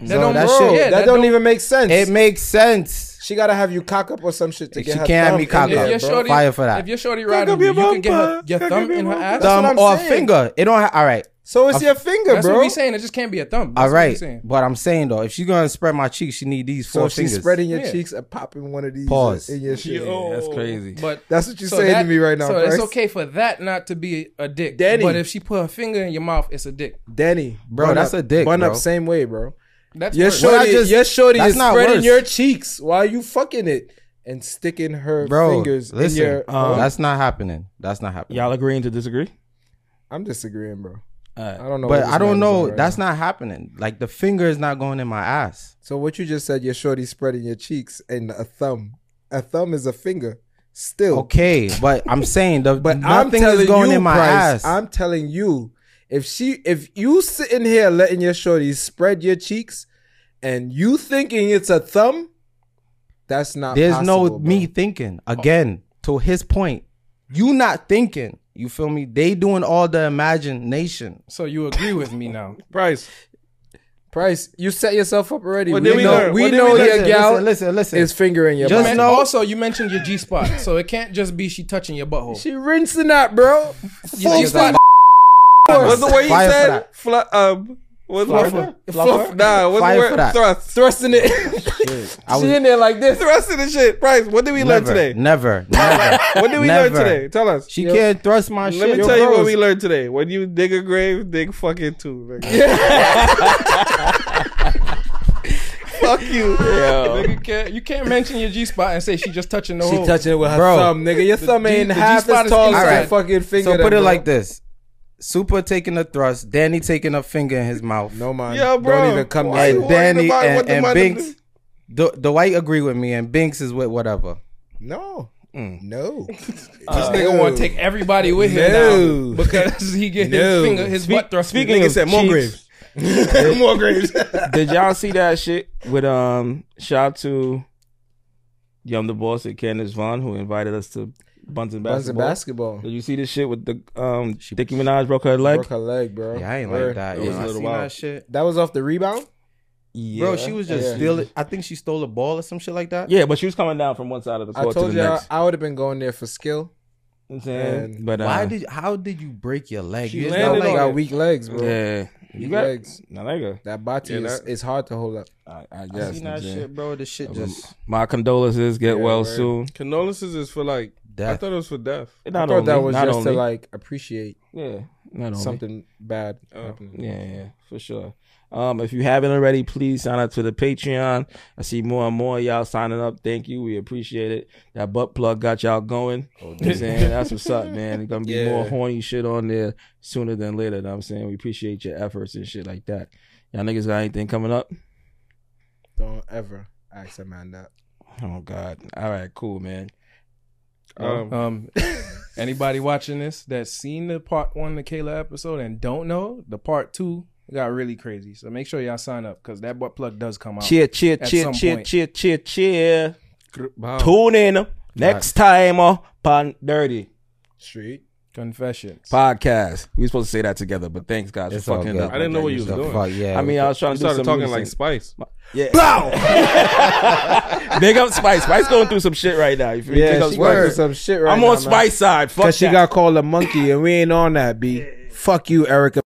D: that
C: so
D: don't,
C: that
D: bro,
C: shit-
D: yeah,
E: that, don't, even make sense.
C: It makes sense.
E: she gotta have you cock up or some shit to
C: She
E: get her
C: can't
E: thumb
C: be
E: in
C: cock
E: there,
C: up.
D: If your
E: bro.
D: shorty,
C: Fire for that.
D: If your shorty riding, you,
F: your
D: you can get her,
F: bumper.
D: your
F: Cock
D: thumb
F: up
D: in
F: your
D: her ass.
E: what
C: Thumb
E: I'm
C: or
E: saying.
C: finger. It don't. Ha- all right.
E: So it's your finger,
D: That's
E: bro.
D: what we saying. It just can't be a thumb. That's
C: All
D: what we
C: right,
D: saying.
C: but I'm saying though, if she's gonna spread my cheeks, she need these
E: So
C: four
E: she's
C: fingers.
E: spreading your
D: Yeah.
E: cheeks and popping one of these
C: Pause.
E: in your shit.
F: Yo.
B: That's crazy.
D: But
E: That's what you're
D: so
E: saying
D: that-
E: to me right now,
D: So it's
E: Christ.
D: okay for that not to be a dick.
E: Daddy.
D: But if she put her finger in your mouth, it's a dick.
E: Danny,
C: Bro,
E: bun
C: that's
E: up-
C: a dick,
E: Bun
C: bro.
E: up same way, bro.
D: That's
E: Your
D: worse.
C: What I
E: shorty,
C: just-
E: your shorty
C: that's
E: is
C: not
E: spreading
C: worse.
E: your cheeks while you fucking it and sticking her
C: Bro,
E: fingers
C: listen, uh,
E: in your. Oh,
B: um,
C: That's not happening. That's not happening.
B: Y'all agreeing to disagree?
E: I'm disagreeing, bro.
B: All
E: I
B: right.
E: don't know.
C: but
E: what
C: I
E: this
C: don't
E: man's
C: know.
E: on right
C: That's
E: now.
C: not happening. Like the finger is not going in my ass.
E: So what you just said, your shorty spreading your cheeks and a thumb. A thumb is a finger. Still,
C: Okay, but I'm saying the
E: But I'm
C: nothing
E: telling
C: is going
E: you,
C: in my
E: Price,
C: ass.
E: I'm telling you, if she, if you sitting here letting your shorties spread your cheeks, and you thinking it's a thumb, that's not.
C: There's no
E: possible, bro.
C: me thinking. Again, to his point, you not thinking. You feel me? They doing all the imagination.
D: So you agree with me now?
F: Price.
E: Price. You set yourself up already.
F: What
E: we,
F: did we
E: know,
F: learn?
E: we
F: What did
E: know
F: we learn?
E: your gal
C: listen, listen, listen.
E: is fingering your.
C: Just
E: butt.
D: And
C: know-
D: also, you mentioned your G spot, so it can't just be she touching your butthole.
E: she rinsing that, bro.
D: Your G spot,
F: What's the way he
C: Fire for
F: said?
C: that.
F: Flu- um, what's the word?
C: Fluffer?
F: Nah, what's
C: Fire
F: the
C: for
F: word?
C: that.
F: Thrust.
E: Thrusting it.
C: I
E: she
C: was
E: in there like this.
F: Thrust in the shit. Price, what did we learn
C: never,
F: today?
C: never, never.
F: What did we learn
C: never.
F: today? Tell us.
C: She can't thrust my shit.
F: Let me
C: Yo,
F: tell you
C: bro,
F: what we learned today. When you dig a grave, dig fucking too. nigga. Fuck you.
D: you can't you can't mention your G spot and say she just touching the
E: She
B: Oh.
D: hole.
E: touching it with her
C: Bro.
E: thumb, nigga. Your thumb
D: G-
E: ain't
D: the
E: half
D: G-spot
E: as
D: is
E: tall as
D: inside.
E: your fucking finger.
C: So put
E: then,
C: it
E: bro.
C: like this: Super taking a thrust, Danny taking a finger in his mouth,
E: No mind.
F: Yo, bro.
E: Don't even come.
F: Why
E: this
F: you
E: way.
C: and
F: worried
C: Danny
F: about what
C: and,
F: the
C: and
F: mother
C: Binks.
F: do?
C: The Dwight agree with me, and Binks is with whatever.
E: No. No. this
D: This nigga want to take everybody with him
E: No.
D: now because he get
E: No.
D: his finger his butt thrust.
F: Speaking
D: in.
F: of said more graves. more graves.
B: Did y'all see that shit with um shout out to Yum the Boss at Candace Vaughn who invited us to Bunsen
E: Bunsen
B: basketball.
E: basketball.
B: Did you see this shit with the um Nicki Minaj broke her leg?
E: Broke her leg, bro.
C: Yeah, I ain't
E: Word.
C: like that.
B: It
C: yo.
B: was a
C: I
B: little
C: seen
B: wild.
C: that shit.
E: That was off the rebound.
B: Yeah.
C: Bro, she was just
E: Yeah.
C: stealing. I think she stole a ball or some shit like that.
B: Yeah, but she was coming down from one side of the
E: I
B: court to
E: told
B: the
E: y'all
B: next.
E: I would have been going there for skill.
B: You know what I'm saying?
E: Man.
B: But uh,
C: Why did? How did you break your leg?
F: She
C: You just
E: That
C: don't
F: landed
E: leg
C: like-
F: on
E: got
F: it.
E: weak legs, bro.
B: Yeah. You
E: Weak
B: got
E: legs.
B: Now there you
E: That body
F: Yeah,
E: is
F: that-
E: it's hard to hold up.
B: go. I, I
C: I
B: guess.
C: seen
B: you know
C: that
B: what I'm saying?
C: shit, bro. The shit just.
B: My condolences. Get
E: Yeah,
B: well
E: word.
B: soon.
F: Condolences is for like. I
C: Death.
F: thought it was for death.
E: I
B: Not
E: thought
B: only,
E: that was
B: not
E: just
B: only,
E: to like appreciate
B: yeah, not only.
E: something bad
F: Oh.
E: happening.
B: Yeah, yeah, for sure. Um, if you haven't already, please sign up to the Patreon. I see more and more of y'all signing up. Thank you. We appreciate it. That butt plug got y'all going. You know what I'm saying? That's what's up, man. There's gonna be
E: Yeah.
B: more horny shit on there sooner than later. you know what I'm saying we appreciate your efforts and shit like that. Y'all niggas got anything coming up?
E: Don't ever ask a man that.
B: Oh God. All right, cool, man.
F: Um,
D: Um, anybody watching this that's seen the part one, the Kayla episode, and don't know the part two got really crazy. So make sure y'all sign up because that butt plug does come out.
B: Cheer, cheer,
D: At
B: cheer,
D: some
B: cheer,
D: point.
B: cheer, cheer, cheer.
E: Oh.
F: Wow.
B: Tune in next time on Dirty.
E: Street.
D: Confessions.
B: podcast. We were supposed to say that together, but thanks guys
C: It's
B: for
C: all
B: fucking
C: good.
B: it up.
F: I didn't know what you was
C: The
F: doing.
C: fuck, yeah.
B: I mean, I was trying
F: You
B: to do
F: started
B: some
F: talking
B: music.
F: like Spice.
B: yeah. Big up Spice. Spice going through some shit right now. You feel me? Big
E: Yeah,
B: up
E: she
B: Spice.
E: going through some shit right
B: I'm
E: now,
B: on
E: man.
B: Spice side. Fuck
E: Cause she
B: that.
E: got called a monkey and we ain't on that, B. Fuck you, Erica.